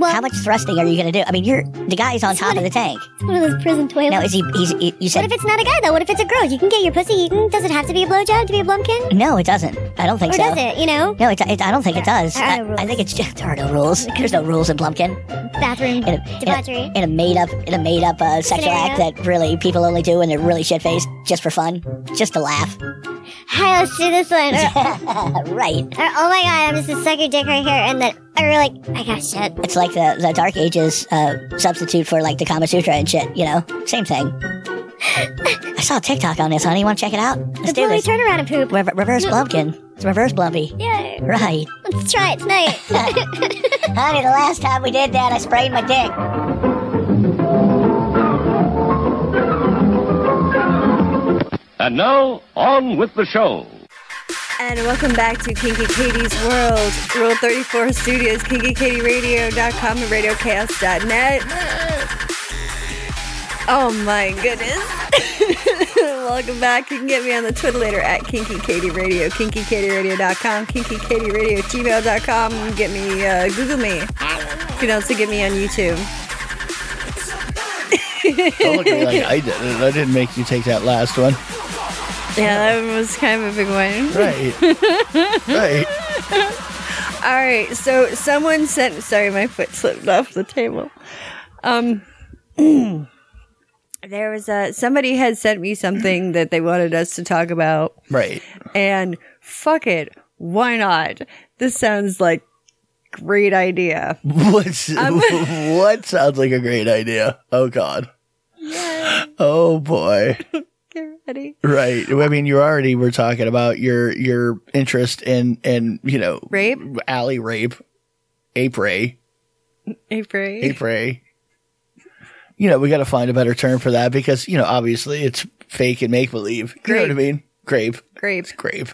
[SPEAKER 7] how much thrusting are you going to do? I mean, you're the guy's on top of the tank.
[SPEAKER 6] It's one of those prison toilets.
[SPEAKER 7] Now, is he? He's, he you
[SPEAKER 6] what
[SPEAKER 7] said
[SPEAKER 6] if it's not a guy though? What if it's a girl? You can get your pussy eaten. Does it have to be a blowjob to be a Blumpkin?
[SPEAKER 7] no, it doesn't. I don't think
[SPEAKER 6] Or
[SPEAKER 7] so.
[SPEAKER 6] does it? You know,
[SPEAKER 7] No, it, it, I don't think it does.
[SPEAKER 6] There are
[SPEAKER 7] I,
[SPEAKER 6] no rules.
[SPEAKER 7] I think it's just there are no rules. There's no rules in Plumpkin.
[SPEAKER 6] bathroom
[SPEAKER 7] In a, in a,
[SPEAKER 6] debauchery.
[SPEAKER 7] in a made up in a made up uh, sexual
[SPEAKER 6] Scenario.
[SPEAKER 7] act that really people only do when they're really shit faced, just for fun, just to laugh. <laughs>
[SPEAKER 6] Hi, let's do this one. Or-
[SPEAKER 7] right.
[SPEAKER 6] Or, oh my god, I'm just a sucker dick right here, and then or like I got shit.
[SPEAKER 7] It's like the the Dark Ages uh, substitute for like the Kama Sutra and shit. You know, same thing. <gasps> I saw a TikTok on this, honey. Want to check it out?
[SPEAKER 6] The
[SPEAKER 7] Let's do
[SPEAKER 6] bloody
[SPEAKER 7] this.
[SPEAKER 6] turnaround and poop.
[SPEAKER 7] Rever- reverse Blumpkin. It's reverse Blumpy.
[SPEAKER 6] Yeah,
[SPEAKER 7] Right.
[SPEAKER 6] let's try it tonight.
[SPEAKER 7] <laughs>
[SPEAKER 6] <laughs>
[SPEAKER 7] Honey, the last time we did that, I sprained my dick.
[SPEAKER 5] And now, on with the show.
[SPEAKER 2] And welcome back to Kinky Katie's World, Rule 34 Studios, KinkyKatieRadio.com and RadioChaos.net. Oh my goodness. <laughs> welcome back. You can get me on the Twitter later at Kinky Katie Radio, KinkyKatieRadio.com, KinkyKatieRadio, gmail.com. Get me, uh, Google me. You can also get me on YouTube.
[SPEAKER 1] Don't look at me like I did it. I didn't make you take that last
[SPEAKER 2] <laughs>
[SPEAKER 1] one.
[SPEAKER 2] Yeah, that was kind of a big one.
[SPEAKER 1] Right. right.
[SPEAKER 2] All right, so someone sent. Sorry, my foot slipped off the table. Um, <clears throat> there was a somebody had sent me something that they wanted us to talk about,
[SPEAKER 1] Right.
[SPEAKER 2] and fuck it, why not? This sounds like great idea.
[SPEAKER 1] <laughs> What's,
[SPEAKER 2] Um,
[SPEAKER 1] what sounds like a great idea? Oh, God. Oh, boy.
[SPEAKER 2] Get ready,
[SPEAKER 1] Right. I mean, you already were talking about your your interest in, in you know,
[SPEAKER 2] rape,
[SPEAKER 1] alley rape, ape ray,
[SPEAKER 2] April.
[SPEAKER 1] ape ray. You know, we got to find a better term for that because, you know, obviously it's fake and make believe. You know what I
[SPEAKER 2] Grape.
[SPEAKER 1] mean? Grape.
[SPEAKER 2] grape,
[SPEAKER 1] Grape.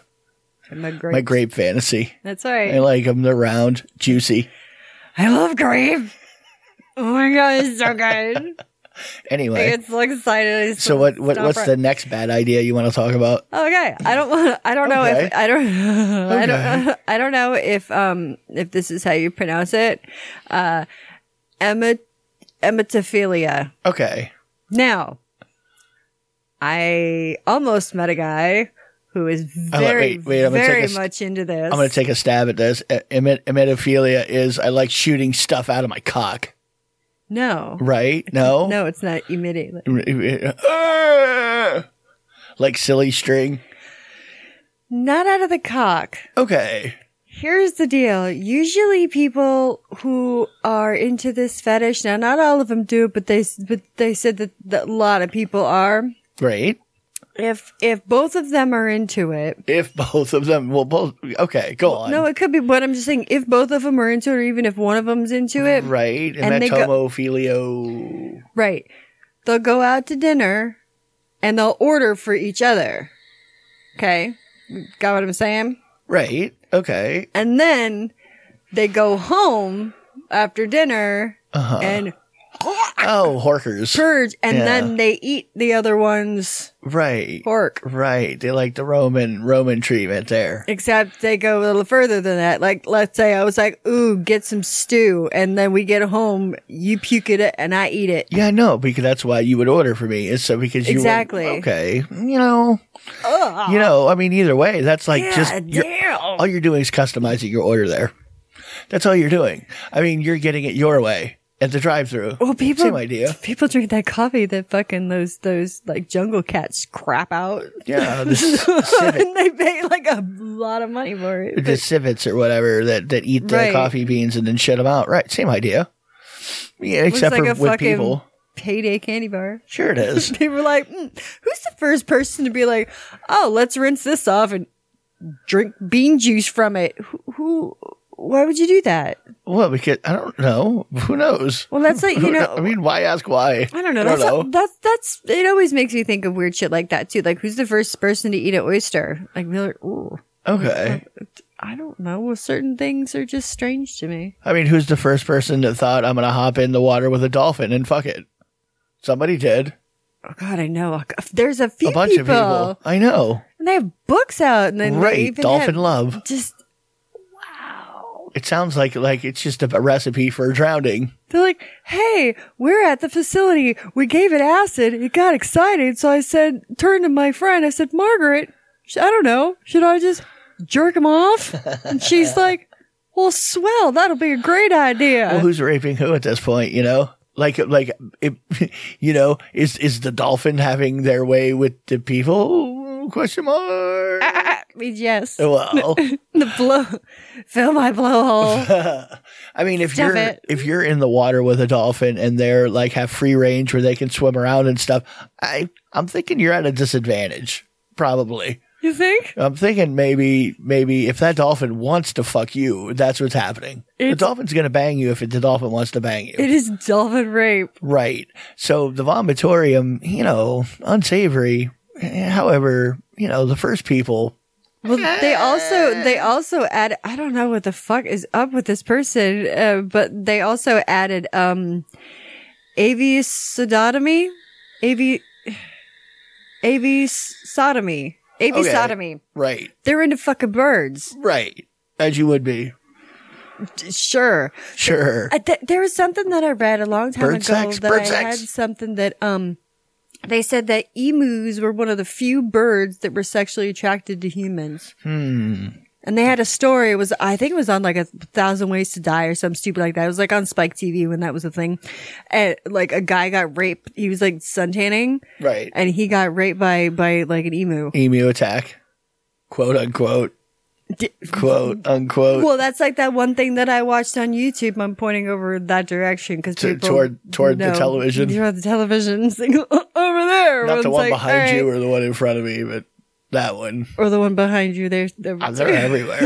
[SPEAKER 2] my grape.
[SPEAKER 1] My grape fantasy.
[SPEAKER 2] That's all right.
[SPEAKER 1] I like them. They're round, juicy.
[SPEAKER 2] I love grape. <laughs> Oh my god, it's so good. I
[SPEAKER 1] Anyway,
[SPEAKER 2] get so excited. I
[SPEAKER 1] so what, what
[SPEAKER 2] stop
[SPEAKER 1] what's
[SPEAKER 2] right-
[SPEAKER 1] the next bad idea you want to talk about?
[SPEAKER 2] Okay, I don't want. I don't know if
[SPEAKER 1] Okay.
[SPEAKER 2] I don't. <laughs> I
[SPEAKER 1] Okay.
[SPEAKER 2] don't. <laughs> I don't know if um if this is how you pronounce it. Uh, emma emetophilia.
[SPEAKER 1] Okay.
[SPEAKER 2] Now, I almost met a guy who is
[SPEAKER 1] I'm like,
[SPEAKER 2] very
[SPEAKER 1] wait, wait, I'm gonna
[SPEAKER 2] very
[SPEAKER 1] take a s-
[SPEAKER 2] much into this.
[SPEAKER 1] I'm going to take a stab at this. E- emet- Emetophilia is I like shooting stuff out of my cock,
[SPEAKER 2] no,
[SPEAKER 1] right? No?
[SPEAKER 2] no, it's not immediately.
[SPEAKER 1] No. <laughs> like silly string.
[SPEAKER 2] Not out of the cock.
[SPEAKER 1] Okay.
[SPEAKER 2] Here's the deal. Usually people who are into this fetish, now not all of them do, but they, but they said that, that a lot of people are.
[SPEAKER 1] Right.
[SPEAKER 2] If, if both of them are into it,
[SPEAKER 1] If both of them, well, both, okay, go on.
[SPEAKER 2] no, it could be, but I'm just saying, if both of them are into it, or even if one of them's into it,
[SPEAKER 1] right.
[SPEAKER 2] And they go-
[SPEAKER 1] Emetophilia.
[SPEAKER 2] right, they'll go out to dinner and they'll order for each other. Okay. Got what I'm saying?
[SPEAKER 1] Right. Okay.
[SPEAKER 2] And then they go home after dinner and
[SPEAKER 1] Oh, horkers.
[SPEAKER 2] purge and
[SPEAKER 1] Yeah.
[SPEAKER 2] then they eat the other one's
[SPEAKER 1] right.
[SPEAKER 2] pork.
[SPEAKER 1] Right. They like the Roman Roman treatment there.
[SPEAKER 2] Except they go a little further than that. Like, let's say I was like, ooh, get some stew. And then we get home, you puke it and I eat it.
[SPEAKER 1] Yeah, no, because that's why you would order for me. Is so because you
[SPEAKER 2] Exactly.
[SPEAKER 1] Would, okay, you know, you know. I mean, either way, that's like just you're- all you're doing is customizing your order there. That's all you're doing. I mean, you're getting it your way at the drive-through.
[SPEAKER 2] Well, people,
[SPEAKER 1] same idea.
[SPEAKER 2] people drink that coffee that fucking those, those like jungle cats crap out. <laughs>
[SPEAKER 1] Yeah, the, s- civet,
[SPEAKER 2] and they pay like a lot of money for it.
[SPEAKER 1] the civets or whatever that that eat the
[SPEAKER 2] Right.
[SPEAKER 1] coffee beans and then shit them out. Right, same idea. Yeah, except
[SPEAKER 2] like
[SPEAKER 1] for
[SPEAKER 2] a
[SPEAKER 1] with
[SPEAKER 2] fucking-
[SPEAKER 1] people.
[SPEAKER 2] Heyday candy bar.
[SPEAKER 1] Sure it
[SPEAKER 2] <laughs>
[SPEAKER 1] is.
[SPEAKER 2] They were like, "Hmm, who's the first person to be like, oh, let's rinse this off and drink bean juice from it? Who, who why would you do that?
[SPEAKER 1] well, because I don't know. Who knows?
[SPEAKER 2] Well, that's like, you
[SPEAKER 1] Who kno-
[SPEAKER 2] know,
[SPEAKER 1] <laughs> I mean, why ask why?
[SPEAKER 2] I don't know.
[SPEAKER 1] I don't
[SPEAKER 2] That's,
[SPEAKER 1] know.
[SPEAKER 2] that's that's it. Always makes me think of weird shit like that too. Like who's the first person to eat an oyster? Like we're like, ooh,
[SPEAKER 1] okay.
[SPEAKER 2] I don't know. Well, certain things are just strange to me.
[SPEAKER 1] I mean, who's the first person that thought I'm going to hop in the water with a dolphin and fuck it? Somebody did.
[SPEAKER 2] Oh God, I know. There's a few
[SPEAKER 1] A bunch
[SPEAKER 2] people,
[SPEAKER 1] of people. I know.
[SPEAKER 2] and they have books out, and then they
[SPEAKER 1] Right.
[SPEAKER 2] even
[SPEAKER 1] Dolphin
[SPEAKER 2] have
[SPEAKER 1] love.
[SPEAKER 2] Just
[SPEAKER 1] It sounds like like it's just a recipe for drowning.
[SPEAKER 2] they're like, hey, we're at the facility. We gave it acid. It got excited, so I said, turned to my friend. I said, Margaret, sh- I don't know. Should I just jerk him off? And <laughs> she's like. Well, swell. That'll be a great idea.
[SPEAKER 1] Well, who's raping who at this point? You know, like like it, <laughs> you know, is is the dolphin having their way with the people? Question mark.
[SPEAKER 2] I mean, yes. <laughs>
[SPEAKER 1] Well,
[SPEAKER 2] The blow, fill my <laughs> blowhole.
[SPEAKER 1] I mean, if
[SPEAKER 2] Stuff
[SPEAKER 1] you're
[SPEAKER 2] it.
[SPEAKER 1] if you're in the water with a dolphin and they're like have free range where they can swim around and stuff, I I'm thinking you're at a disadvantage. Probably,
[SPEAKER 2] You think?
[SPEAKER 1] I'm thinking maybe maybe if that dolphin wants to fuck you, that's what's happening. the
[SPEAKER 2] It's-
[SPEAKER 1] dolphin's gonna bang you if it, the dolphin wants to bang you.
[SPEAKER 2] It is dolphin rape.
[SPEAKER 1] Right. So the vomitorium, you know, unsavory. Eh, However, you know, the first people,
[SPEAKER 2] Well, they also they also add. I don't know what the fuck is up with this person, uh, but they also added um, AV sodomy, AV, <sighs> AV sodomy, AV
[SPEAKER 1] Okay.
[SPEAKER 2] sodomy.
[SPEAKER 1] right,
[SPEAKER 2] They're into fucking birds.
[SPEAKER 1] right, as you would be,
[SPEAKER 2] Sure.
[SPEAKER 1] sure.
[SPEAKER 2] I th- there was something that I read a long time
[SPEAKER 1] Bird
[SPEAKER 2] ago
[SPEAKER 1] sex,
[SPEAKER 2] that
[SPEAKER 1] bird
[SPEAKER 2] I
[SPEAKER 1] sex.
[SPEAKER 2] had something that um they said that emus were one of the few birds that were sexually attracted to humans. Hmm. And they had a story. It was I think it was on like a thousand ways to die or something stupid like that. It was like on Spike TV when that was a thing. And like a guy got raped. He was like suntanning,
[SPEAKER 1] right.
[SPEAKER 2] and he got raped by by like an emu.
[SPEAKER 1] Emu attack, quote unquote,
[SPEAKER 2] Di-
[SPEAKER 1] quote unquote,
[SPEAKER 2] <laughs> Well, that's like that one thing that I watched on YouTube. I'm pointing over that direction because
[SPEAKER 1] To- toward- toward the television.
[SPEAKER 2] toward the television, It's like, <laughs> over there.
[SPEAKER 1] not
[SPEAKER 2] It's
[SPEAKER 1] the one
[SPEAKER 2] like,
[SPEAKER 1] behind
[SPEAKER 2] all
[SPEAKER 1] you
[SPEAKER 2] right.
[SPEAKER 1] or the one in front of me, but that one.
[SPEAKER 2] or, the one behind you. There, there- <laughs>
[SPEAKER 1] Uh, They're everywhere,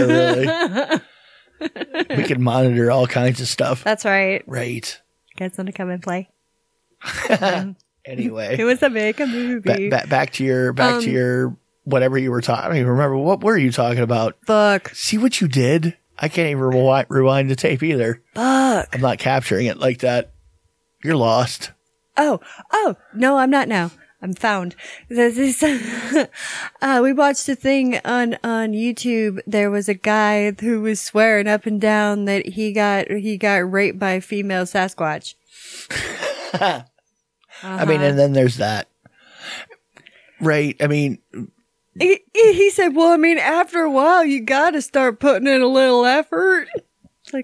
[SPEAKER 1] really. we can monitor all kinds of stuff.
[SPEAKER 2] that's right.
[SPEAKER 1] Right.
[SPEAKER 2] Guys, want to come and play?
[SPEAKER 1] Anyway,
[SPEAKER 2] It Um, was a make a
[SPEAKER 1] back,
[SPEAKER 2] movie.
[SPEAKER 1] back, back to your back to your whatever you were talking. I don't even remember what were you talking about.
[SPEAKER 2] Fuck,
[SPEAKER 1] See what you did. I can't even rewind, rewind the tape either.
[SPEAKER 2] fuck.
[SPEAKER 1] I'm not capturing it like that. You're lost.
[SPEAKER 2] Oh, oh no, I'm not now. I'm found. This is. <laughs> uh, we watched a thing on on YouTube. There was a guy who was swearing up and down that he got he got raped by a female Sasquatch.
[SPEAKER 1] I mean, and then there's that. Right. I mean,
[SPEAKER 2] he, he he said, "Well, I mean, after a while, you got to start putting in a little effort."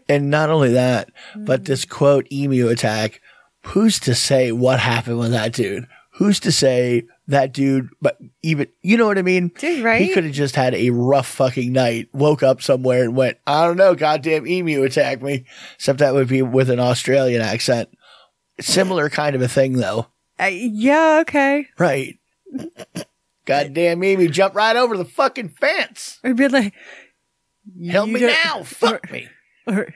[SPEAKER 1] and not only that, but this quote emu attack. Who's to say what happened with that dude? Who's to say that dude? But even you know what I mean.
[SPEAKER 2] Dude, right?
[SPEAKER 1] He could have just had a rough fucking night, woke up somewhere and went, I don't know, goddamn emu attacked me. Except that would be with an Australian accent. Similar kind of a thing, though.
[SPEAKER 2] Uh, yeah, okay. <laughs>
[SPEAKER 1] Right. Goddamn Amy, jump right over the fucking fence.
[SPEAKER 2] Or be like,
[SPEAKER 1] Help
[SPEAKER 2] "You
[SPEAKER 1] me
[SPEAKER 2] don't- <laughs>
[SPEAKER 1] now. Fuck me.
[SPEAKER 2] Or,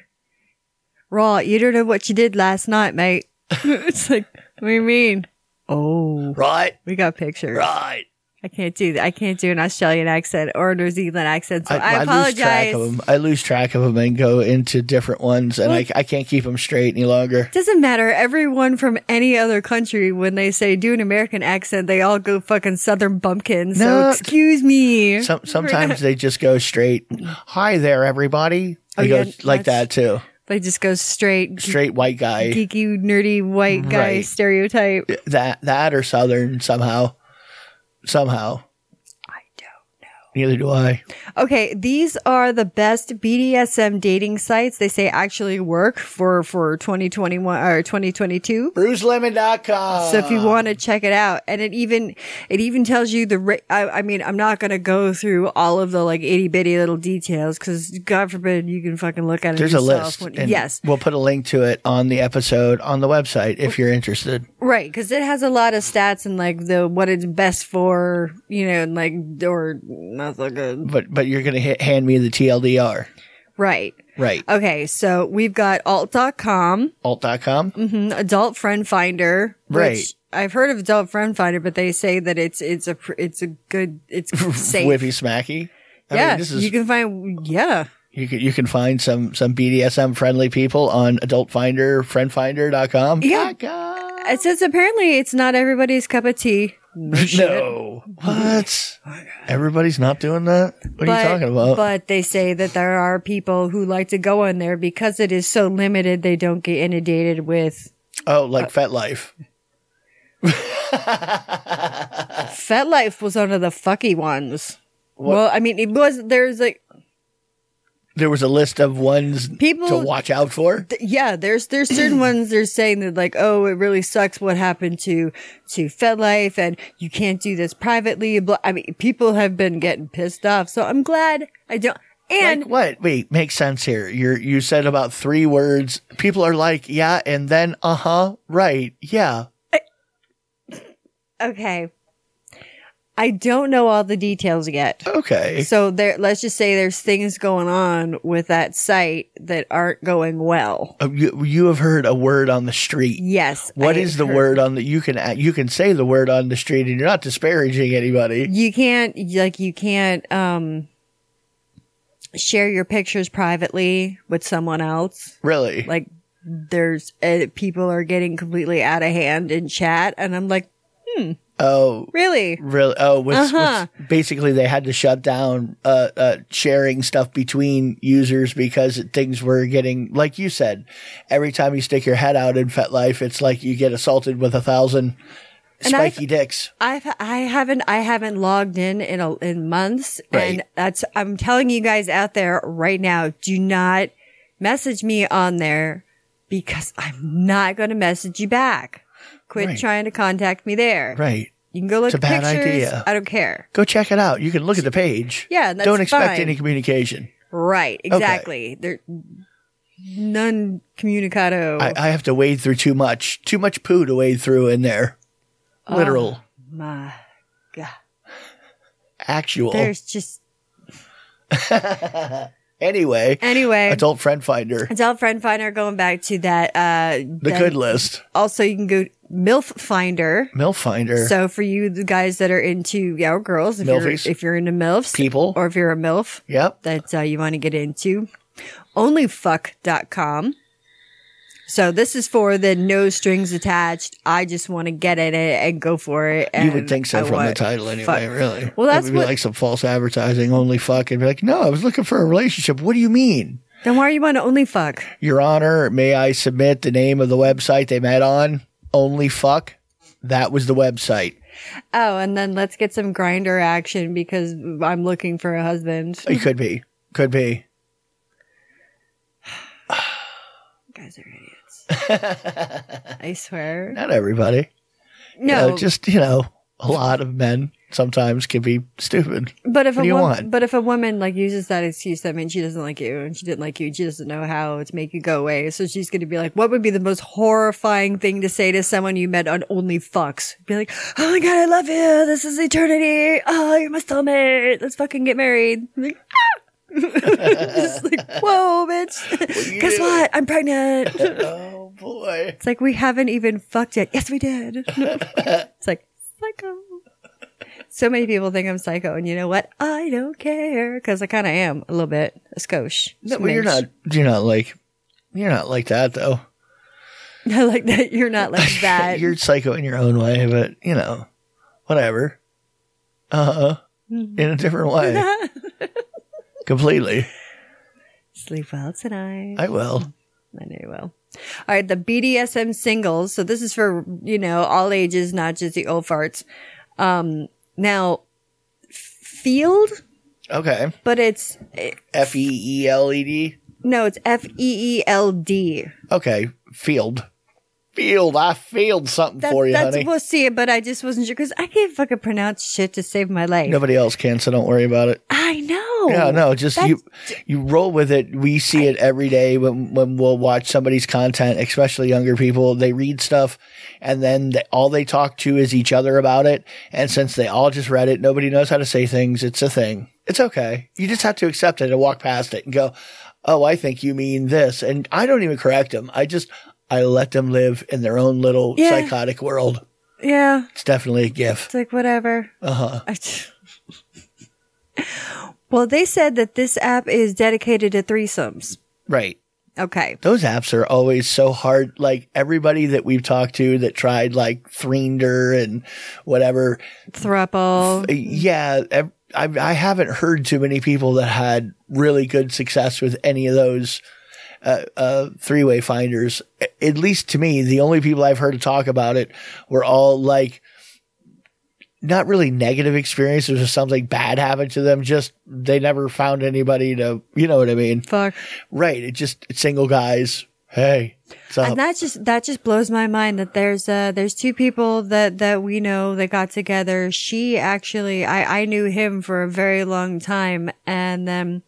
[SPEAKER 2] right, you don't know what you did last night, mate. <laughs> it's like, what do you mean? Oh,
[SPEAKER 1] Right.
[SPEAKER 2] we got pictures.
[SPEAKER 1] Right.
[SPEAKER 2] I can't do that. I can't do an Australian accent or a New Zealand accent. So I,
[SPEAKER 1] lose track
[SPEAKER 2] apologize.
[SPEAKER 1] of them. I lose track of them and go into different ones, and I, I can't keep them straight any longer.
[SPEAKER 2] Doesn't matter. Everyone from any other country, when they say do an American accent, they all go fucking Southern bumpkin.
[SPEAKER 1] No.
[SPEAKER 2] So excuse me.
[SPEAKER 1] Some, sometimes they just go straight. Hi there, everybody. They
[SPEAKER 2] Oh,
[SPEAKER 1] go
[SPEAKER 2] yeah,
[SPEAKER 1] like that
[SPEAKER 2] that's-
[SPEAKER 1] too.
[SPEAKER 2] They just go straight,
[SPEAKER 1] Straight white guy.
[SPEAKER 2] geeky, nerdy white guy
[SPEAKER 1] Right.
[SPEAKER 2] stereotype.
[SPEAKER 1] that that or southern somehow somehow Neither do I.
[SPEAKER 2] Okay, these are the best BDSM dating sites they say actually work for for 2021 or 2022.
[SPEAKER 1] BruceLemon.com.
[SPEAKER 2] So if you want to check it out, and it even it even tells you the ra- I, I mean, I'm not gonna go through all of the like itty bitty little details because God forbid you can fucking look at it.
[SPEAKER 1] There's a
[SPEAKER 2] yourself
[SPEAKER 1] list.
[SPEAKER 2] when-
[SPEAKER 1] and
[SPEAKER 2] yes,
[SPEAKER 1] We'll put a link to it on the episode on the website if you're interested.
[SPEAKER 2] Right, because it has a lot of stats and like the what it's best for, you know, and like or not so good.
[SPEAKER 1] But but you're gonna hit, hand me the TLDR.
[SPEAKER 2] Right.
[SPEAKER 1] Right.
[SPEAKER 2] Okay, so we've got alt.com,
[SPEAKER 1] Alt.com.
[SPEAKER 2] mhm, adult friend finder. which
[SPEAKER 1] Right.
[SPEAKER 2] I've heard of adult friend finder, but they say that it's it's a pr- it's a good it's
[SPEAKER 1] <laughs>
[SPEAKER 2] safe.
[SPEAKER 1] Whippy Smacky. I
[SPEAKER 2] yeah,
[SPEAKER 1] mean, this is
[SPEAKER 2] you can find yeah.
[SPEAKER 1] you can you can find some some BDSM friendly people on Adult Finder, FriendFinder.com.
[SPEAKER 2] Yeah. It says apparently it's not everybody's cup of tea. No. shit.
[SPEAKER 1] <laughs> No. What? Everybody's not doing that? What are you talking about?
[SPEAKER 2] But they say that there are people who like to go in there because it is so limited. They don't get inundated with
[SPEAKER 1] oh, like Fet Life.
[SPEAKER 2] FetLife was one of the fucky ones. Well, I mean, it was there's like
[SPEAKER 1] There was a list of ones
[SPEAKER 2] People-
[SPEAKER 1] to watch out for.
[SPEAKER 2] th- yeah, there's
[SPEAKER 1] <clears throat>
[SPEAKER 2] there's certain ones they're saying that like, oh, it really sucks what happened to to FedLife, and you can't do this privately. Blah- I mean, people have been getting pissed off, so I'm glad I don't. And
[SPEAKER 1] Like what? Wait, makes sense here. You are you said about three words. People are like, yeah, and then uh huh, right, yeah.
[SPEAKER 2] okay, I don't know all the details yet.
[SPEAKER 1] Okay.
[SPEAKER 2] So there, let's just say there's things going on with that site that aren't going well.
[SPEAKER 1] Uh, You, you have heard a word on the street.
[SPEAKER 2] Yes.
[SPEAKER 1] What
[SPEAKER 2] I
[SPEAKER 1] is the
[SPEAKER 2] heard-
[SPEAKER 1] word on the you can a- you can say the word on the street and you're not disparaging anybody.
[SPEAKER 2] You can't, like, you can't, um, share your pictures privately with someone else.
[SPEAKER 1] Really?
[SPEAKER 2] Like, there's, uh, people are getting completely out of hand in chat. And I'm like,
[SPEAKER 1] oh,
[SPEAKER 2] really?
[SPEAKER 1] really? Oh, with,
[SPEAKER 2] Uh-huh.
[SPEAKER 1] with- basically they had to shut down uh, uh, sharing stuff between users because things were getting like you said. Every time you stick your head out in FetLife, it's like you get assaulted with a thousand
[SPEAKER 2] I've-
[SPEAKER 1] spiky dicks.
[SPEAKER 2] I've I haven't I haven't logged in in a, in months, and
[SPEAKER 1] Right.
[SPEAKER 2] that's I'm telling you guys out there right now, do not message me on there because I'm not going to message you back. Quit
[SPEAKER 1] Right.
[SPEAKER 2] trying to contact me there.
[SPEAKER 1] Right.
[SPEAKER 2] You can go look
[SPEAKER 1] It's a
[SPEAKER 2] at
[SPEAKER 1] bad
[SPEAKER 2] pictures.
[SPEAKER 1] idea.
[SPEAKER 2] I don't care.
[SPEAKER 1] Go check it out. You can look at the page.
[SPEAKER 2] Yeah, that's
[SPEAKER 1] Don't expect
[SPEAKER 2] fine.
[SPEAKER 1] any communication.
[SPEAKER 2] Right? Exactly. There none communicado.
[SPEAKER 1] I, I have to wade through too much, too much poo to wade through in there. Literal,
[SPEAKER 2] My God,
[SPEAKER 1] actual.
[SPEAKER 2] there's just
[SPEAKER 1] <laughs> Anyway,
[SPEAKER 2] anyway.
[SPEAKER 1] adult friend finder,
[SPEAKER 2] Adult friend finder. Going back to that. Uh,
[SPEAKER 1] the good list,
[SPEAKER 2] Also, you can go MILF Finder.
[SPEAKER 1] milf finder.
[SPEAKER 2] So for you the guys that are into yeah or girls, if
[SPEAKER 1] Milfies.
[SPEAKER 2] you're if you're into milfs,
[SPEAKER 1] People.
[SPEAKER 2] or if you're a milf
[SPEAKER 1] yep.
[SPEAKER 2] that uh, you want to get into, onlyfuck.com. So this is for the no strings attached. I just want to get in it and go for it. And
[SPEAKER 1] You would think so
[SPEAKER 2] I
[SPEAKER 1] from the
[SPEAKER 2] want
[SPEAKER 1] title anyway,
[SPEAKER 2] fuck.
[SPEAKER 1] really.
[SPEAKER 2] Well,
[SPEAKER 1] That
[SPEAKER 2] that's
[SPEAKER 1] would be
[SPEAKER 2] what-
[SPEAKER 1] like some false advertising, only fuck, and be like, no, I was looking for a relationship. What do you mean?
[SPEAKER 2] Then why are you on OnlyFuck?
[SPEAKER 1] Your Honor, may I submit the name of the website they met on? Only fuck? That was the website.
[SPEAKER 2] Oh, and then let's get some grinder action because I'm looking for a husband.
[SPEAKER 1] It could be. Could be.
[SPEAKER 2] You guys are idiots.
[SPEAKER 1] <laughs>
[SPEAKER 2] I swear.
[SPEAKER 1] Not everybody.
[SPEAKER 2] No,
[SPEAKER 1] Uh, just, you know, a lot of men sometimes can be stupid.
[SPEAKER 2] But if
[SPEAKER 1] What do
[SPEAKER 2] a
[SPEAKER 1] you
[SPEAKER 2] woman,
[SPEAKER 1] want?
[SPEAKER 2] but if a woman like uses that excuse, that means she doesn't like you, and she didn't like you. She doesn't know how to make you go away. So she's going to be like, "What would be the most horrifying thing to say to someone you met on Only Fucks?" Be like, "Oh my god, I love you. This is eternity. Oh, you're my soulmate. Let's fucking get married." <laughs> I'm like, ah! Just
[SPEAKER 1] <laughs>
[SPEAKER 2] like, whoa, bitch. Guess what? I'm pregnant.
[SPEAKER 1] Oh, boy.
[SPEAKER 2] It's like we haven't even fucked yet. Yes,
[SPEAKER 1] <laughs>
[SPEAKER 2] we did. it's like psycho. So many people think I'm psycho, and you know what? I don't care because I kind of am a little bit a skosh.
[SPEAKER 1] No, well, you're
[SPEAKER 2] smidge.
[SPEAKER 1] not, you're not like, you're not like that, though.
[SPEAKER 2] <laughs> I like that. You're not like
[SPEAKER 1] <laughs>
[SPEAKER 2] that.
[SPEAKER 1] You're psycho in your own way, but you know, whatever. Uh
[SPEAKER 2] Mm-hmm.
[SPEAKER 1] huh. In a different
[SPEAKER 2] <laughs>
[SPEAKER 1] way. Completely.
[SPEAKER 2] Sleep well tonight.
[SPEAKER 1] I will.
[SPEAKER 2] I know you will. All right, the BDSM singles. So this is for you know all ages, not just the old farts. Um, now, Field
[SPEAKER 1] Okay.
[SPEAKER 2] but it's it,
[SPEAKER 1] F E E L E D.
[SPEAKER 2] no, it's F E E L D.
[SPEAKER 1] Okay. Field. Field. I field something
[SPEAKER 2] That,
[SPEAKER 1] for you,
[SPEAKER 2] that's
[SPEAKER 1] honey.
[SPEAKER 2] we'll see it, but I just wasn't sure because I can't fucking pronounce shit to save my life.
[SPEAKER 1] Nobody else can, so don't worry about it.
[SPEAKER 2] I know.
[SPEAKER 1] Yeah, no, just you you roll with it. We see it every day when when we'll watch somebody's content, especially younger people. They read stuff and then they, all they talk to is each other about it. And since they all just read it, nobody knows how to say things. It's a thing. It's okay. You just have to accept it and walk past it and go, "Oh, I think you mean this." And I don't even correct them. I just I let them live in their own little
[SPEAKER 2] Yeah.
[SPEAKER 1] psychotic world.
[SPEAKER 2] Yeah.
[SPEAKER 1] It's definitely a gift.
[SPEAKER 2] It's like whatever.
[SPEAKER 1] Uh-huh.
[SPEAKER 2] Uh huh. <laughs> well, they said that this app is dedicated to threesomes.
[SPEAKER 1] Right.
[SPEAKER 2] Okay.
[SPEAKER 1] those apps are always so hard. Like everybody that we've talked to that tried like Threender and whatever.
[SPEAKER 2] Thruple.
[SPEAKER 1] Yeah. ev- I, I haven't heard too many people that had really good success with any of those uh, uh, three way finders. A- At least to me, the only people I've heard talk about it were all like not really negative experiences or something bad happened to them. Just they never found anybody to, you know what I mean?
[SPEAKER 2] Fuck.
[SPEAKER 1] Right. It just it's single guys. Hey, what's up?
[SPEAKER 2] And that just that just blows my mind that there's uh there's two people that that we know that got together. She actually I I knew him for a very long time and then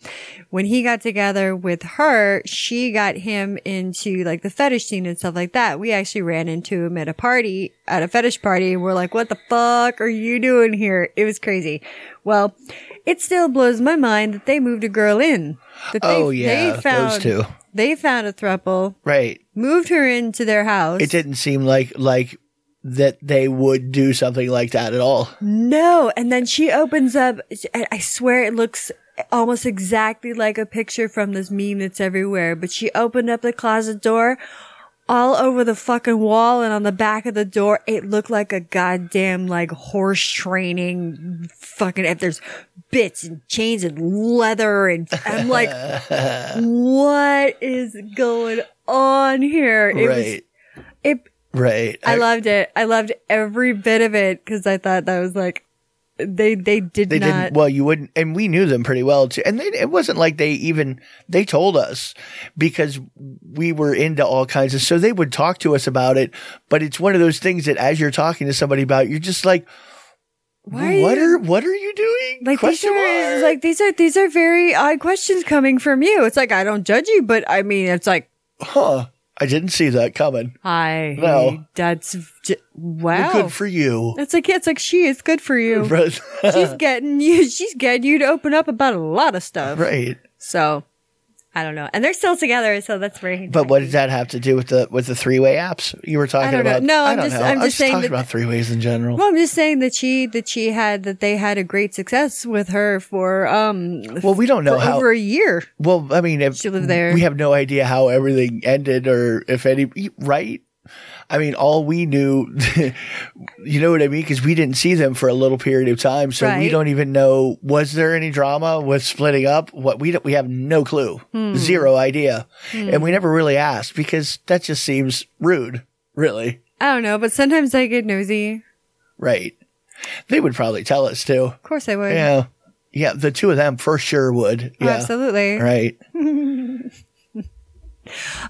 [SPEAKER 2] when he got together with her, she got him into like the fetish scene and stuff like that. We actually ran into him at a party, at a fetish party and we're like, "What the fuck are you doing here?" It was crazy. Well, it still blows my mind that they moved a girl in. That they,
[SPEAKER 1] Oh, yeah,
[SPEAKER 2] they
[SPEAKER 1] those
[SPEAKER 2] found,
[SPEAKER 1] two.
[SPEAKER 2] They found a throuple
[SPEAKER 1] right.
[SPEAKER 2] moved her into their house.
[SPEAKER 1] It didn't seem like like that they would do something like that at all.
[SPEAKER 2] no, and then she opens up. I I swear it looks almost exactly like a picture from this meme that's everywhere. But she opened up the closet door. All over the fucking wall and on the back of the door, it looked like a goddamn like horse training fucking. If there's bits and chains and
[SPEAKER 1] <laughs>
[SPEAKER 2] leather, and I'm like, what is going on here? It was
[SPEAKER 1] right.
[SPEAKER 2] it
[SPEAKER 1] right.
[SPEAKER 2] I loved it. I loved every bit of it because I thought that was like they they did
[SPEAKER 1] they
[SPEAKER 2] not.
[SPEAKER 1] didn't well you wouldn't and we knew them pretty well too and they, it wasn't like they even they told us because we were into all kinds of so they would talk to us about it but it's one of those things that as you're talking to somebody about you're just like
[SPEAKER 2] Why
[SPEAKER 1] what
[SPEAKER 2] you-
[SPEAKER 1] are what are you doing
[SPEAKER 2] like these
[SPEAKER 1] Question
[SPEAKER 2] are
[SPEAKER 1] mark.
[SPEAKER 2] like these are these are very odd questions coming from you. It's like I don't judge you, but I mean it's like
[SPEAKER 1] huh i didn't see that coming
[SPEAKER 2] hi,
[SPEAKER 1] No.
[SPEAKER 2] that's j- wow.
[SPEAKER 1] Well,
[SPEAKER 2] Oh.
[SPEAKER 1] good for you
[SPEAKER 2] <laughs> it's like yeah, it's like she is good for you.
[SPEAKER 1] Right.
[SPEAKER 2] She's getting you. <laughs> She's getting you to open up about a lot of
[SPEAKER 1] <laughs>
[SPEAKER 2] stuff.
[SPEAKER 1] right.
[SPEAKER 2] So I don't know, and they're still together, so that's very.
[SPEAKER 1] But what does that have to do with the with the three way apps you were talking
[SPEAKER 2] don't know.
[SPEAKER 1] about?
[SPEAKER 2] No,
[SPEAKER 1] I
[SPEAKER 2] I'm
[SPEAKER 1] don't
[SPEAKER 2] just-
[SPEAKER 1] know.
[SPEAKER 2] I'm
[SPEAKER 1] I was
[SPEAKER 2] just saying
[SPEAKER 1] talking
[SPEAKER 2] that-
[SPEAKER 1] about three ways in general.
[SPEAKER 2] Well, I'm just saying that she that she had that they had a great success with her for um
[SPEAKER 1] Well, we don't know
[SPEAKER 2] for
[SPEAKER 1] how.
[SPEAKER 2] over a year.
[SPEAKER 1] well, I mean, if
[SPEAKER 2] She lived there.
[SPEAKER 1] we have no idea how everything ended or if any. Right. I mean, all we knew, <laughs> you know what I mean, because we didn't see them for a little period of time, so we
[SPEAKER 2] Right.
[SPEAKER 1] don't even know was there any drama, was splitting up, what we don't, we have no clue,
[SPEAKER 2] Hmm.
[SPEAKER 1] zero idea, and we never really asked because that just seems rude, really.
[SPEAKER 2] I don't know, but sometimes I get nosy.
[SPEAKER 1] Right. They would probably tell us too.
[SPEAKER 2] Of course I would.
[SPEAKER 1] Yeah. Yeah. The two of them for sure would.
[SPEAKER 2] Oh,
[SPEAKER 1] Yeah.
[SPEAKER 2] Absolutely.
[SPEAKER 1] Right.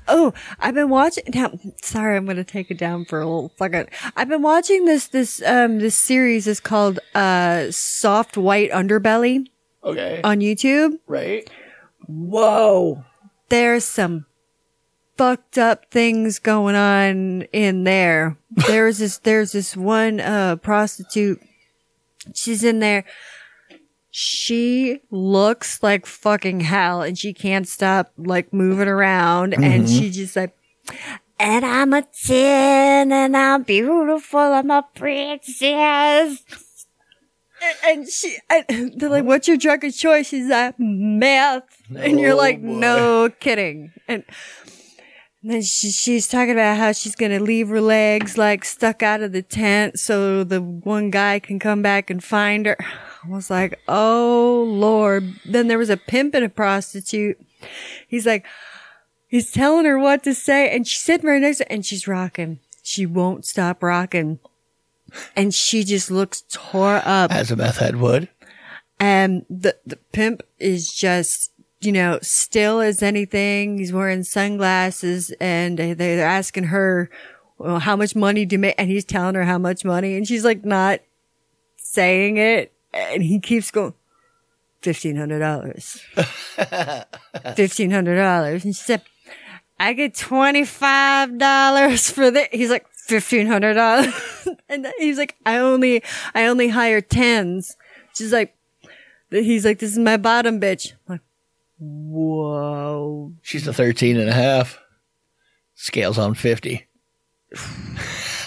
[SPEAKER 2] Oh, I've been watching. Now, sorry, I'm going to take it down for a little second. I've been watching this this um this series is called uh Soft White Underbelly
[SPEAKER 1] Okay.
[SPEAKER 2] on YouTube.
[SPEAKER 1] Right.
[SPEAKER 2] Whoa, there's some fucked up things going on in there. There's this there's this one uh prostitute. She's in there. She looks like fucking hell and she can't stop like moving around and she just like and I'm a ten and I'm beautiful. I'm a princess. And she, and they're like, what's your drug of choice? She's like, meth. And you're
[SPEAKER 1] Oh,
[SPEAKER 2] like,
[SPEAKER 1] boy.
[SPEAKER 2] no kidding. And and then she, she's talking about how she's going to leave her legs like stuck out of the tent so the one guy can come back and find her. I was like, oh Lord. Then there was a pimp and a prostitute. He's like, he's telling her what to say. And she's sitting right next to and she's rocking. She won't stop rocking. And she just looks tore up.
[SPEAKER 1] As a meth head would.
[SPEAKER 2] And the, the pimp is just, you know, still as anything. He's wearing sunglasses and they- they're asking her, well, how much money do you make? And he's telling her how much money and she's like not saying it. And he keeps going, $1,500. $1,500. And she said, I get $25 for this. He's like, $1,500. <laughs> and then he's like, I only, I only hire tens. She's like, he's like, this is my bottom bitch. I'm like, whoa.
[SPEAKER 1] She's a 13 and a half. Scales on 50. <laughs>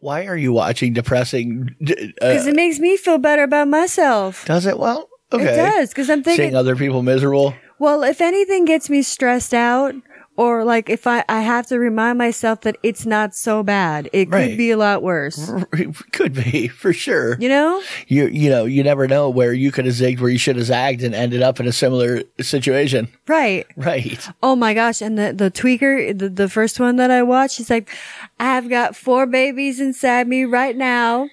[SPEAKER 1] Why are you watching depressing? d- Uh,
[SPEAKER 2] Cause it makes me feel better about myself.
[SPEAKER 1] does it? Well, okay.
[SPEAKER 2] It does. Cause I'm thinking,
[SPEAKER 1] Seeing other people miserable. <laughs>
[SPEAKER 2] Well, if anything gets me stressed out, or like if I, I have to remind myself that it's not so bad, it
[SPEAKER 1] Right.
[SPEAKER 2] could be a lot worse.
[SPEAKER 1] Could be, for sure.
[SPEAKER 2] You know?
[SPEAKER 1] You, you know, you never know where you could have zigged where you should have zagged and ended up in a similar situation. <laughs>
[SPEAKER 2] Right.
[SPEAKER 1] Right.
[SPEAKER 2] Oh my gosh. And the, the tweaker, the, the first one that I watched, she's like, I've got four babies inside me right now.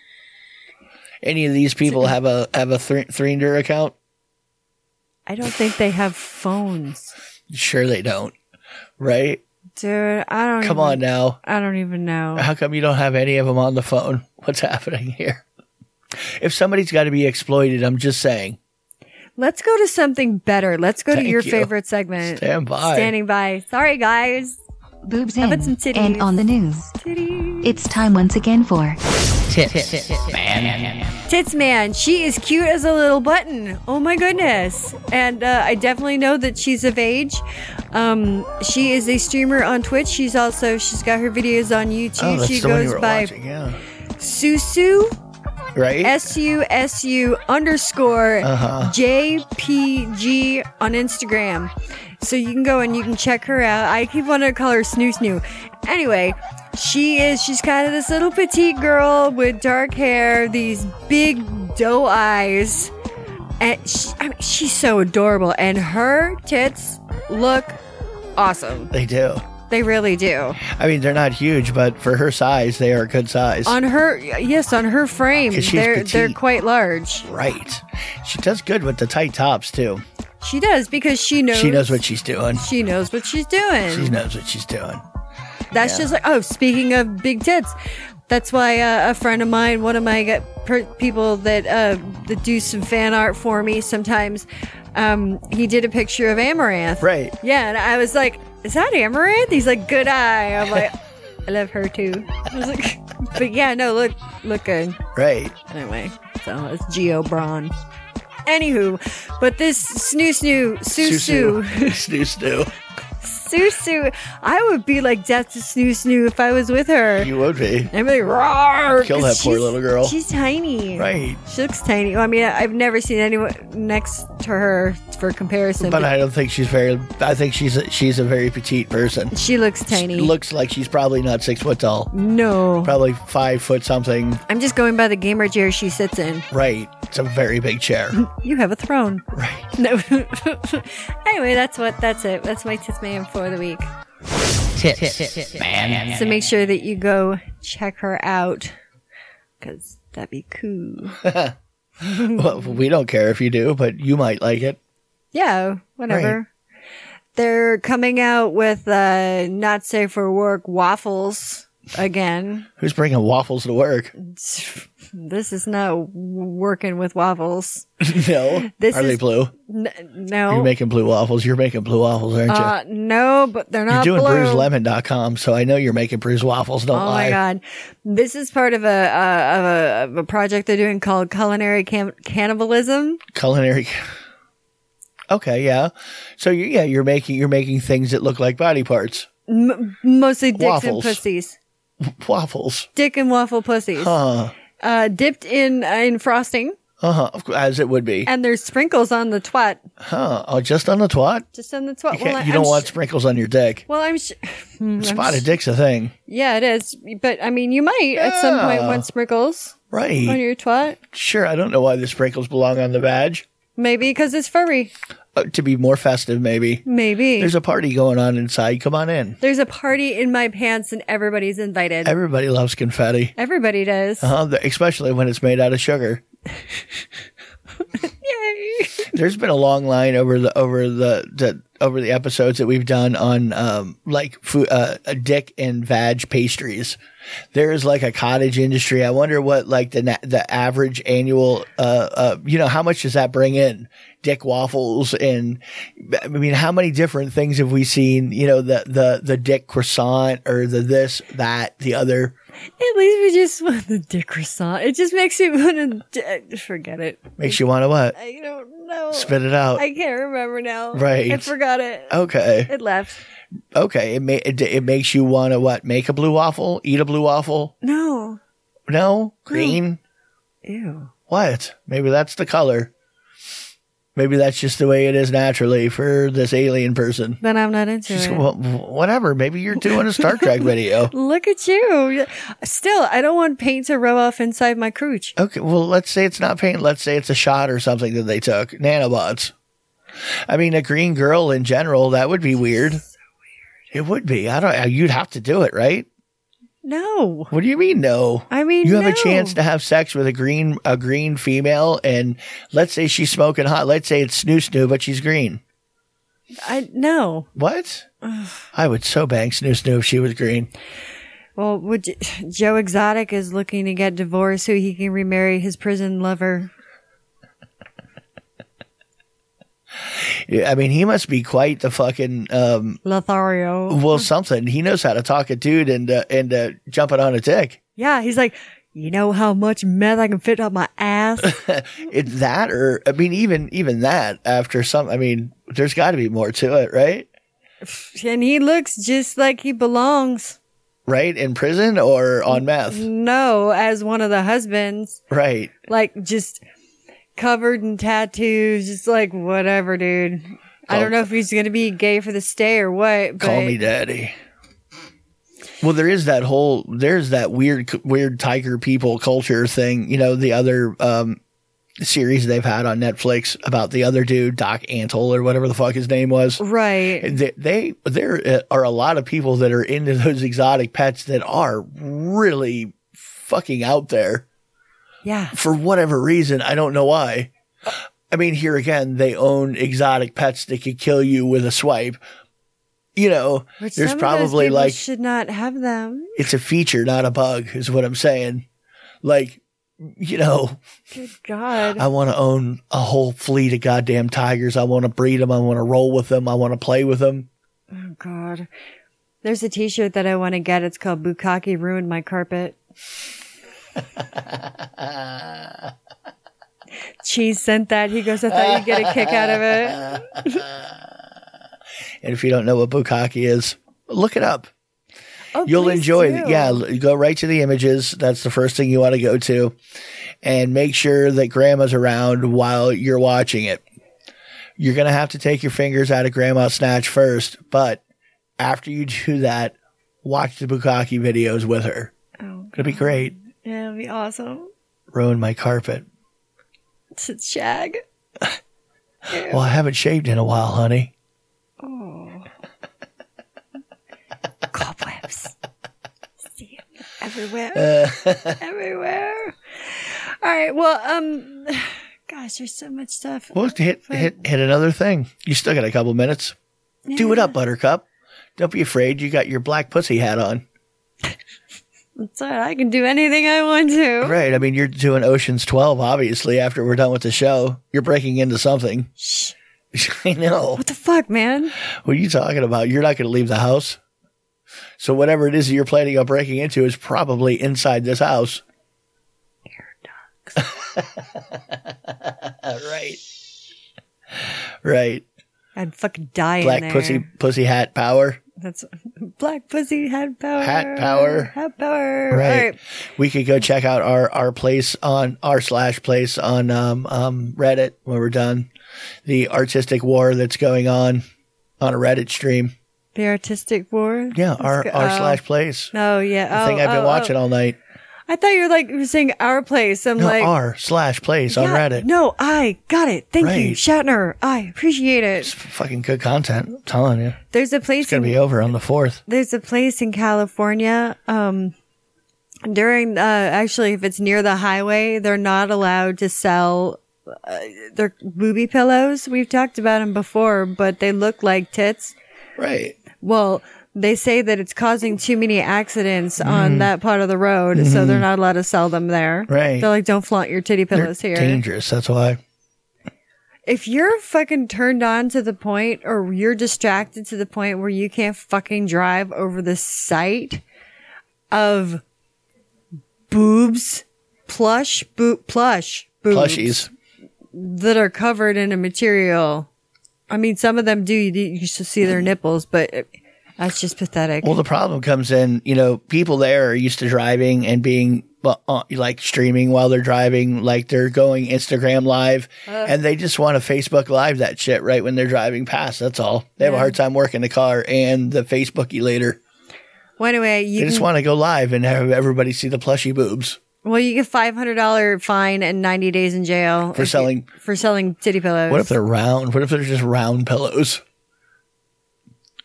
[SPEAKER 1] Any of these people have a have a thr- Threender account?
[SPEAKER 2] I don't think they have phones.
[SPEAKER 1] Sure they don't. Right?
[SPEAKER 2] Dude, I don't
[SPEAKER 1] Come
[SPEAKER 2] even-
[SPEAKER 1] on now.
[SPEAKER 2] I don't even know.
[SPEAKER 1] How come you don't have any of them on the phone? <laughs> What's happening here? If somebody's got to be exploited, I'm just saying.
[SPEAKER 2] Let's go to something better. Let's go
[SPEAKER 1] Thank
[SPEAKER 2] to your
[SPEAKER 1] you.
[SPEAKER 2] favorite segment.
[SPEAKER 1] Stand by.
[SPEAKER 2] Standing by. Sorry guys.
[SPEAKER 4] Boobs
[SPEAKER 2] How
[SPEAKER 4] in
[SPEAKER 2] about some titties?
[SPEAKER 4] and on the news. It's time once again for
[SPEAKER 2] Tits Man, she is cute as a little button. Oh my goodness. And uh, I definitely know that she's of age. Um, she is a streamer on Twitch. She's also, she's got her videos on
[SPEAKER 1] Oh,
[SPEAKER 2] YouTube.
[SPEAKER 1] that's
[SPEAKER 2] she
[SPEAKER 1] the one you
[SPEAKER 2] goes
[SPEAKER 1] were
[SPEAKER 2] by
[SPEAKER 1] watching, yeah.
[SPEAKER 2] Susu,
[SPEAKER 1] Right?
[SPEAKER 2] S U S U underscore
[SPEAKER 1] Uh-huh.
[SPEAKER 2] JPG on Instagram. So you can go and you can check her out. I keep wanting to call her Snoo Snoo. Anyway, she is, she's kind of this little petite girl with dark hair, these big doe eyes. And she, I mean, she's so adorable. And her tits look awesome.
[SPEAKER 1] they do.
[SPEAKER 2] They really do.
[SPEAKER 1] I mean, they're not huge, but for her size, they are a good size.
[SPEAKER 2] On her, yes, on her frame,
[SPEAKER 1] 'Cause she's
[SPEAKER 2] they're, they're
[SPEAKER 1] petite.
[SPEAKER 2] quite large.
[SPEAKER 1] right. She does good with the tight tops, too.
[SPEAKER 2] She does because she knows.
[SPEAKER 1] She knows what she's doing.
[SPEAKER 2] she knows what she's doing.
[SPEAKER 1] She knows what she's doing.
[SPEAKER 2] that's just like oh, speaking of big tits, that's why uh, a friend of mine, one of my g- per- people that uh, that do some fan art for me sometimes, um, he did a picture of Amaranth.
[SPEAKER 1] Right.
[SPEAKER 2] Yeah, and I was like, "Is that Amaranth?" He's like, "Good eye."
[SPEAKER 1] <laughs>
[SPEAKER 2] I'm like, "I love her too." I was like, <laughs> "But yeah, no, look, look good."
[SPEAKER 1] Right.
[SPEAKER 2] Anyway, so it's Geo Braun. Anywho, but this snoo snoo
[SPEAKER 1] Susu.
[SPEAKER 2] susu.
[SPEAKER 1] Snoo snoo.
[SPEAKER 2] Susu, I would be like death to Snoo Snoo if I was with her.
[SPEAKER 1] <laughs> You would be.
[SPEAKER 2] I'm like, roar!
[SPEAKER 1] Kill that poor little girl.
[SPEAKER 2] She's tiny.
[SPEAKER 1] Right.
[SPEAKER 2] She looks tiny. Well, I mean, I've never seen anyone next to her for comparison.
[SPEAKER 1] But I don't think she's very. I think she's a, she's a very petite person.
[SPEAKER 2] she looks tiny. Mm.
[SPEAKER 1] Looks like she's probably not six foot tall.
[SPEAKER 2] no.
[SPEAKER 1] Probably five foot something.
[SPEAKER 2] I'm just going by the gamer chair she sits in.
[SPEAKER 1] Right. It's a very big chair.
[SPEAKER 2] You have a throne.
[SPEAKER 1] Right.
[SPEAKER 2] No. <laughs> anyway, that's what. That's it. That's my tits man for the week. man. So make sure that you go check her out, because that'd be cool. Mm.
[SPEAKER 1] Well, we don't care if you do, but you might like it.
[SPEAKER 2] Yeah, whatever.
[SPEAKER 1] Right.
[SPEAKER 2] They're coming out with uh not safe for work waffles again.
[SPEAKER 1] Who's bringing waffles to work? <laughs>
[SPEAKER 2] This is not w- working with waffles.
[SPEAKER 1] no.
[SPEAKER 2] This
[SPEAKER 1] Are
[SPEAKER 2] is-
[SPEAKER 1] they blue?
[SPEAKER 2] N-
[SPEAKER 1] You're
[SPEAKER 2] no.
[SPEAKER 1] making blue waffles. You're making blue waffles, aren't you?
[SPEAKER 2] uh, no, but they're
[SPEAKER 1] You're
[SPEAKER 2] not
[SPEAKER 1] doing
[SPEAKER 2] blue.
[SPEAKER 1] brewslemon.com, so I know you're making brews waffles. Don't
[SPEAKER 2] Oh
[SPEAKER 1] lie.
[SPEAKER 2] my god. This is part of a, uh, of a of a project they're doing called culinary Cam- cannibalism.
[SPEAKER 1] Culinary. <laughs> Okay, yeah. So you, yeah, you're making you're making things that look like body parts.
[SPEAKER 2] Mostly dicks and
[SPEAKER 1] Waffles.
[SPEAKER 2] pussies.
[SPEAKER 1] Waffles.
[SPEAKER 2] Dick and waffle pussies.
[SPEAKER 1] Huh.
[SPEAKER 2] Uh dipped in in frosting
[SPEAKER 1] Uh huh. Of cou- As it would be.
[SPEAKER 2] and there's sprinkles on the twat.
[SPEAKER 1] Huh. Oh, just on the twat.
[SPEAKER 2] Just on the twat.
[SPEAKER 1] You, can't-
[SPEAKER 2] I-
[SPEAKER 1] you don't
[SPEAKER 2] I'm
[SPEAKER 1] want
[SPEAKER 2] sh-
[SPEAKER 1] sprinkles on your dick.
[SPEAKER 2] Well, I'm sh- Hmm, I'm
[SPEAKER 1] Spotted
[SPEAKER 2] sh-
[SPEAKER 1] dick's a thing,
[SPEAKER 2] Yeah, it is. But I mean, you might at some point
[SPEAKER 1] Yeah.
[SPEAKER 2] want sprinkles
[SPEAKER 1] right?
[SPEAKER 2] on your twat.
[SPEAKER 1] sure. I don't know why the sprinkles belong on the badge.
[SPEAKER 2] Maybe because it's furry.
[SPEAKER 1] Uh, to be more festive, maybe.
[SPEAKER 2] Maybe
[SPEAKER 1] There's a party going on inside. Come on in.
[SPEAKER 2] There's a party in my pants and everybody's invited.
[SPEAKER 1] Everybody loves confetti, Uh-huh.
[SPEAKER 2] Everybody does.
[SPEAKER 1] uh, especially when it's made out of sugar.
[SPEAKER 2] Yay.
[SPEAKER 1] There's been a long line over the over the, the over the episodes that we've done on um like food, uh, dick and vag pastries. There is like a cottage industry. I wonder what like the na- the average annual uh, uh you know how much does that bring in? Dick waffles and I mean how many different things have we seen? You know the the the dick croissant or the this that the other.
[SPEAKER 2] At least we just want the dick croissant. It just makes me want to d- forget it.
[SPEAKER 1] Makes you want to what?
[SPEAKER 2] I don't know.
[SPEAKER 1] Spit it out.
[SPEAKER 2] I can't remember now.
[SPEAKER 1] Right. Uh,
[SPEAKER 2] I forgot it.
[SPEAKER 1] okay.
[SPEAKER 2] It left.
[SPEAKER 1] Okay, it ma- it, it makes you want to what? Make a blue waffle? Eat a blue waffle?
[SPEAKER 2] No.
[SPEAKER 1] No, green.
[SPEAKER 2] Ew.
[SPEAKER 1] What? Maybe that's the color. Maybe that's just the way it is naturally for this alien person.
[SPEAKER 2] Then I'm not into
[SPEAKER 1] Just,
[SPEAKER 2] it.
[SPEAKER 1] well, whatever. Maybe you're doing a Star Trek video.
[SPEAKER 2] Look at you. Still, I don't want paint to rub off inside my crooch.
[SPEAKER 1] Okay, well, let's say it's not paint. Let's say it's a shot or something that they took. Nanobots. I mean, a green girl in general, that would be weird. It would be. I don't. You'd have to do it, right?
[SPEAKER 2] No.
[SPEAKER 1] What do you mean, no?
[SPEAKER 2] I mean,
[SPEAKER 1] you have a
[SPEAKER 2] no.
[SPEAKER 1] chance to have sex with a green a green female, and let's say she's smoking hot. Let's say it's Snoo Snoo, but she's green.
[SPEAKER 2] I no. <sighs>
[SPEAKER 1] What? I would so bang Snoo Snoo if she was green.
[SPEAKER 2] Well, would you, Joe Exotic is looking to get divorced so he can remarry his prison lover.
[SPEAKER 1] Yeah, I mean, he must be quite the fucking um.
[SPEAKER 2] Lothario.
[SPEAKER 1] Well, something. He knows how to talk a dude uh, into into jumping on a dick.
[SPEAKER 2] Yeah, he's like, you know how much meth I can fit up my ass?
[SPEAKER 1] <laughs> It's that, or I mean, even even that. After some, I mean, there's got to be more to it, right?
[SPEAKER 2] and he looks just like he belongs.
[SPEAKER 1] Right in prison or on
[SPEAKER 2] Mm-hmm.
[SPEAKER 1] meth,
[SPEAKER 2] No, as one of the husbands.
[SPEAKER 1] right?
[SPEAKER 2] Like, just covered in tattoos, just like, whatever, dude. I
[SPEAKER 1] Call-
[SPEAKER 2] don't know if he's going to be gay for the stay or what, but.
[SPEAKER 1] Call me daddy. Well, there is that whole there's that weird weird tiger people culture thing. You know the other um, series they've had on Netflix about the other dude Doc Antle or whatever the fuck his name was.
[SPEAKER 2] Right.
[SPEAKER 1] They, they there uh, are a lot of people that are into those <laughs> exotic pets that are really fucking out there
[SPEAKER 2] Yeah.
[SPEAKER 1] for whatever reason. I don't know why. I mean, here again, they own exotic pets that could kill you with a swipe. You know,
[SPEAKER 2] Which
[SPEAKER 1] there's
[SPEAKER 2] some of those
[SPEAKER 1] probably
[SPEAKER 2] people
[SPEAKER 1] like
[SPEAKER 2] should not have them.
[SPEAKER 1] it's a feature, not a bug, is what I'm saying. Like, you know,
[SPEAKER 2] Good God.
[SPEAKER 1] I want to own a whole fleet of goddamn tigers. I want to breed them. I want to roll with them. I want to play with them.
[SPEAKER 2] Oh, God. There's a t shirt that I want to get. It's called Bukaki Ruined
[SPEAKER 1] <laughs>
[SPEAKER 2] My Carpet. Cheese sent that. He goes, I thought you'd get a kick out of
[SPEAKER 1] <laughs>
[SPEAKER 2] it.
[SPEAKER 1] And if you don't know what bukkake is, look it up.
[SPEAKER 2] <laughs> Oh,
[SPEAKER 1] You'll
[SPEAKER 2] please
[SPEAKER 1] enjoy it.
[SPEAKER 2] do.
[SPEAKER 1] Yeah, l- go right to the images. That's the first thing you want to go to. And make sure that grandma's around while you're watching it. You're going to have to take your fingers out of grandma's snatch first, but after you do that, watch the bukkake videos with her.
[SPEAKER 2] Oh,
[SPEAKER 1] It'll be great.
[SPEAKER 2] yeah, it'd be awesome.
[SPEAKER 1] Ruin my carpet.
[SPEAKER 2] It's a shag.
[SPEAKER 1] Well, I haven't shaved in a while, honey. <laughs>
[SPEAKER 2] Cobwebs. See 'em everywhere. everywhere. All right. Well, um, <sighs> gosh, there's so much stuff.
[SPEAKER 1] Well, hit hit hit another thing. You still got a couple minutes. Do it up, Buttercup. Don't be afraid. You got your black pussy hat on.
[SPEAKER 2] It's all right. I can do anything I want to.
[SPEAKER 1] Right. I mean, you're doing Ocean's 12, obviously, after we're done with the show. You're breaking into something. <laughs>
[SPEAKER 2] Shh.
[SPEAKER 1] I know.
[SPEAKER 2] What the fuck, man?
[SPEAKER 1] What are you talking about? You're not going to leave the house. So, whatever it is that you're planning on breaking into is probably inside this house. <laughs> Air ducts. right. Right.
[SPEAKER 2] I'd fucking die in
[SPEAKER 1] Black
[SPEAKER 2] there.
[SPEAKER 1] pussy, pussy hat power.
[SPEAKER 2] That's black pussy had power.
[SPEAKER 1] Hat power.
[SPEAKER 2] Hat power.
[SPEAKER 1] Right.
[SPEAKER 2] All right.
[SPEAKER 1] We could go check out our, our place on our slash place on um, um, Reddit when we're done. The artistic war that's going on on a Reddit stream.
[SPEAKER 2] The artistic war.
[SPEAKER 1] Yeah, our,
[SPEAKER 2] go-
[SPEAKER 1] our
[SPEAKER 2] oh.
[SPEAKER 1] slash place.
[SPEAKER 2] Oh yeah.
[SPEAKER 1] The
[SPEAKER 2] oh,
[SPEAKER 1] thing I've
[SPEAKER 2] oh,
[SPEAKER 1] been
[SPEAKER 2] oh.
[SPEAKER 1] watching all night.
[SPEAKER 2] I thought you were like you were saying our place. I'm
[SPEAKER 1] No,
[SPEAKER 2] like
[SPEAKER 1] r slash place on
[SPEAKER 2] yeah,
[SPEAKER 1] Reddit.
[SPEAKER 2] No, I got it. Thank you,
[SPEAKER 1] Right.
[SPEAKER 2] Shatner. I appreciate
[SPEAKER 1] It's
[SPEAKER 2] it.
[SPEAKER 1] fucking good content. I'm telling you.
[SPEAKER 2] There's a place
[SPEAKER 1] It's going to
[SPEAKER 2] in-
[SPEAKER 1] be over on the 4th.
[SPEAKER 2] there's a place in California. Um, during uh, actually, if it's near the highway, they're not allowed to sell uh, they're booby pillows. We've talked about them before, but they look like tits.
[SPEAKER 1] Right.
[SPEAKER 2] Well, they say that it's causing too many accidents
[SPEAKER 1] Mm-hmm.
[SPEAKER 2] on that part of the road, so they're not allowed to sell them there.
[SPEAKER 1] Right.
[SPEAKER 2] They're like, don't flaunt your titty
[SPEAKER 1] They're
[SPEAKER 2] pillows here.
[SPEAKER 1] dangerous. That's why.
[SPEAKER 2] If you're fucking turned on to the point or you're distracted to the point where you can't fucking drive over the sight of boobs, plush, boo- plush, boobs
[SPEAKER 1] Plushies.
[SPEAKER 2] that are covered in a material. I mean, some of them do. You, you still see their nipples, but uh, that's just pathetic.
[SPEAKER 1] Well, the problem comes in, you know, people there are used to driving and being well, uh, like streaming while they're driving, like they're going Instagram live, and they just want to Facebook live that shit right when they're driving past. That's all. They have a hard time working the car and the Facebooky later.
[SPEAKER 2] well, anyway, you
[SPEAKER 1] They
[SPEAKER 2] can,
[SPEAKER 1] just want to go live and have everybody see the plushy boobs
[SPEAKER 2] well, you get five hundred dollar fine and ninety days in jail
[SPEAKER 1] for
[SPEAKER 2] if you-
[SPEAKER 1] selling.
[SPEAKER 2] for selling titty pillows.
[SPEAKER 1] What if they're round? What if they're just round pillows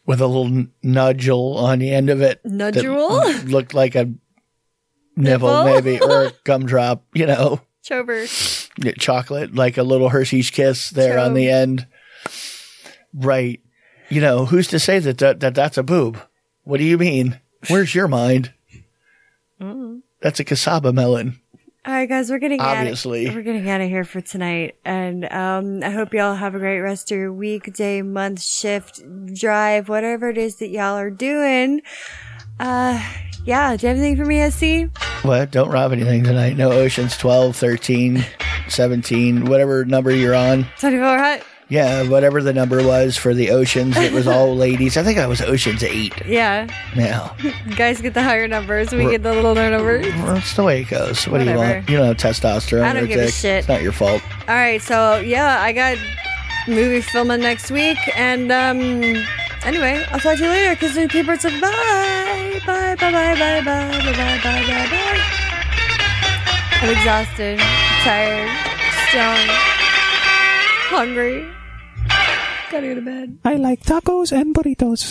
[SPEAKER 1] with a little n- nodule on the end of it? that
[SPEAKER 2] Nodule?
[SPEAKER 1] Looked like a nipple,
[SPEAKER 2] Nipple?
[SPEAKER 1] maybe, or a gumdrop, you know,
[SPEAKER 2] Chover.
[SPEAKER 1] Yeah, chocolate, like a little Hershey's kiss there on the end. Right. You know, who's to say that, that, that that's a boob? What do you mean? Where's your mind? That's a cassava melon.
[SPEAKER 2] All right, guys, we're getting
[SPEAKER 1] Obviously.
[SPEAKER 2] Out of, we're getting out of here for tonight, and um, I hope y'all have a great rest of your week, day, month, shift, drive, whatever it is that y'all are doing. Uh, yeah. Do you have anything for me, SC?
[SPEAKER 1] What? Don't rob anything tonight. No oceans 12, 13, 17, whatever number you're on.
[SPEAKER 2] Twenty four hot.
[SPEAKER 1] Yeah, whatever the number was for the oceans, it was
[SPEAKER 2] <laughs>
[SPEAKER 1] all ladies. I think I was oceans eight
[SPEAKER 2] Yeah.
[SPEAKER 1] now.
[SPEAKER 2] Guys get the higher numbers. We get the little numbers.
[SPEAKER 1] Well, that's the way it goes. What do you
[SPEAKER 2] Whatever.
[SPEAKER 1] want? You don't have testosterone.
[SPEAKER 2] I don't
[SPEAKER 1] or
[SPEAKER 2] give a
[SPEAKER 1] dick.
[SPEAKER 2] shit.
[SPEAKER 1] It's not your fault.
[SPEAKER 2] All right. So yeah, I got movie filming next week, and um, anyway, I'll talk to you later. Cause we keep it so bye, bye, bye, bye, bye, bye, bye, bye, bye, bye, bye. I'm exhausted, tired, stoned, hungry. Gotta go to bed.
[SPEAKER 8] I like tacos and burritos.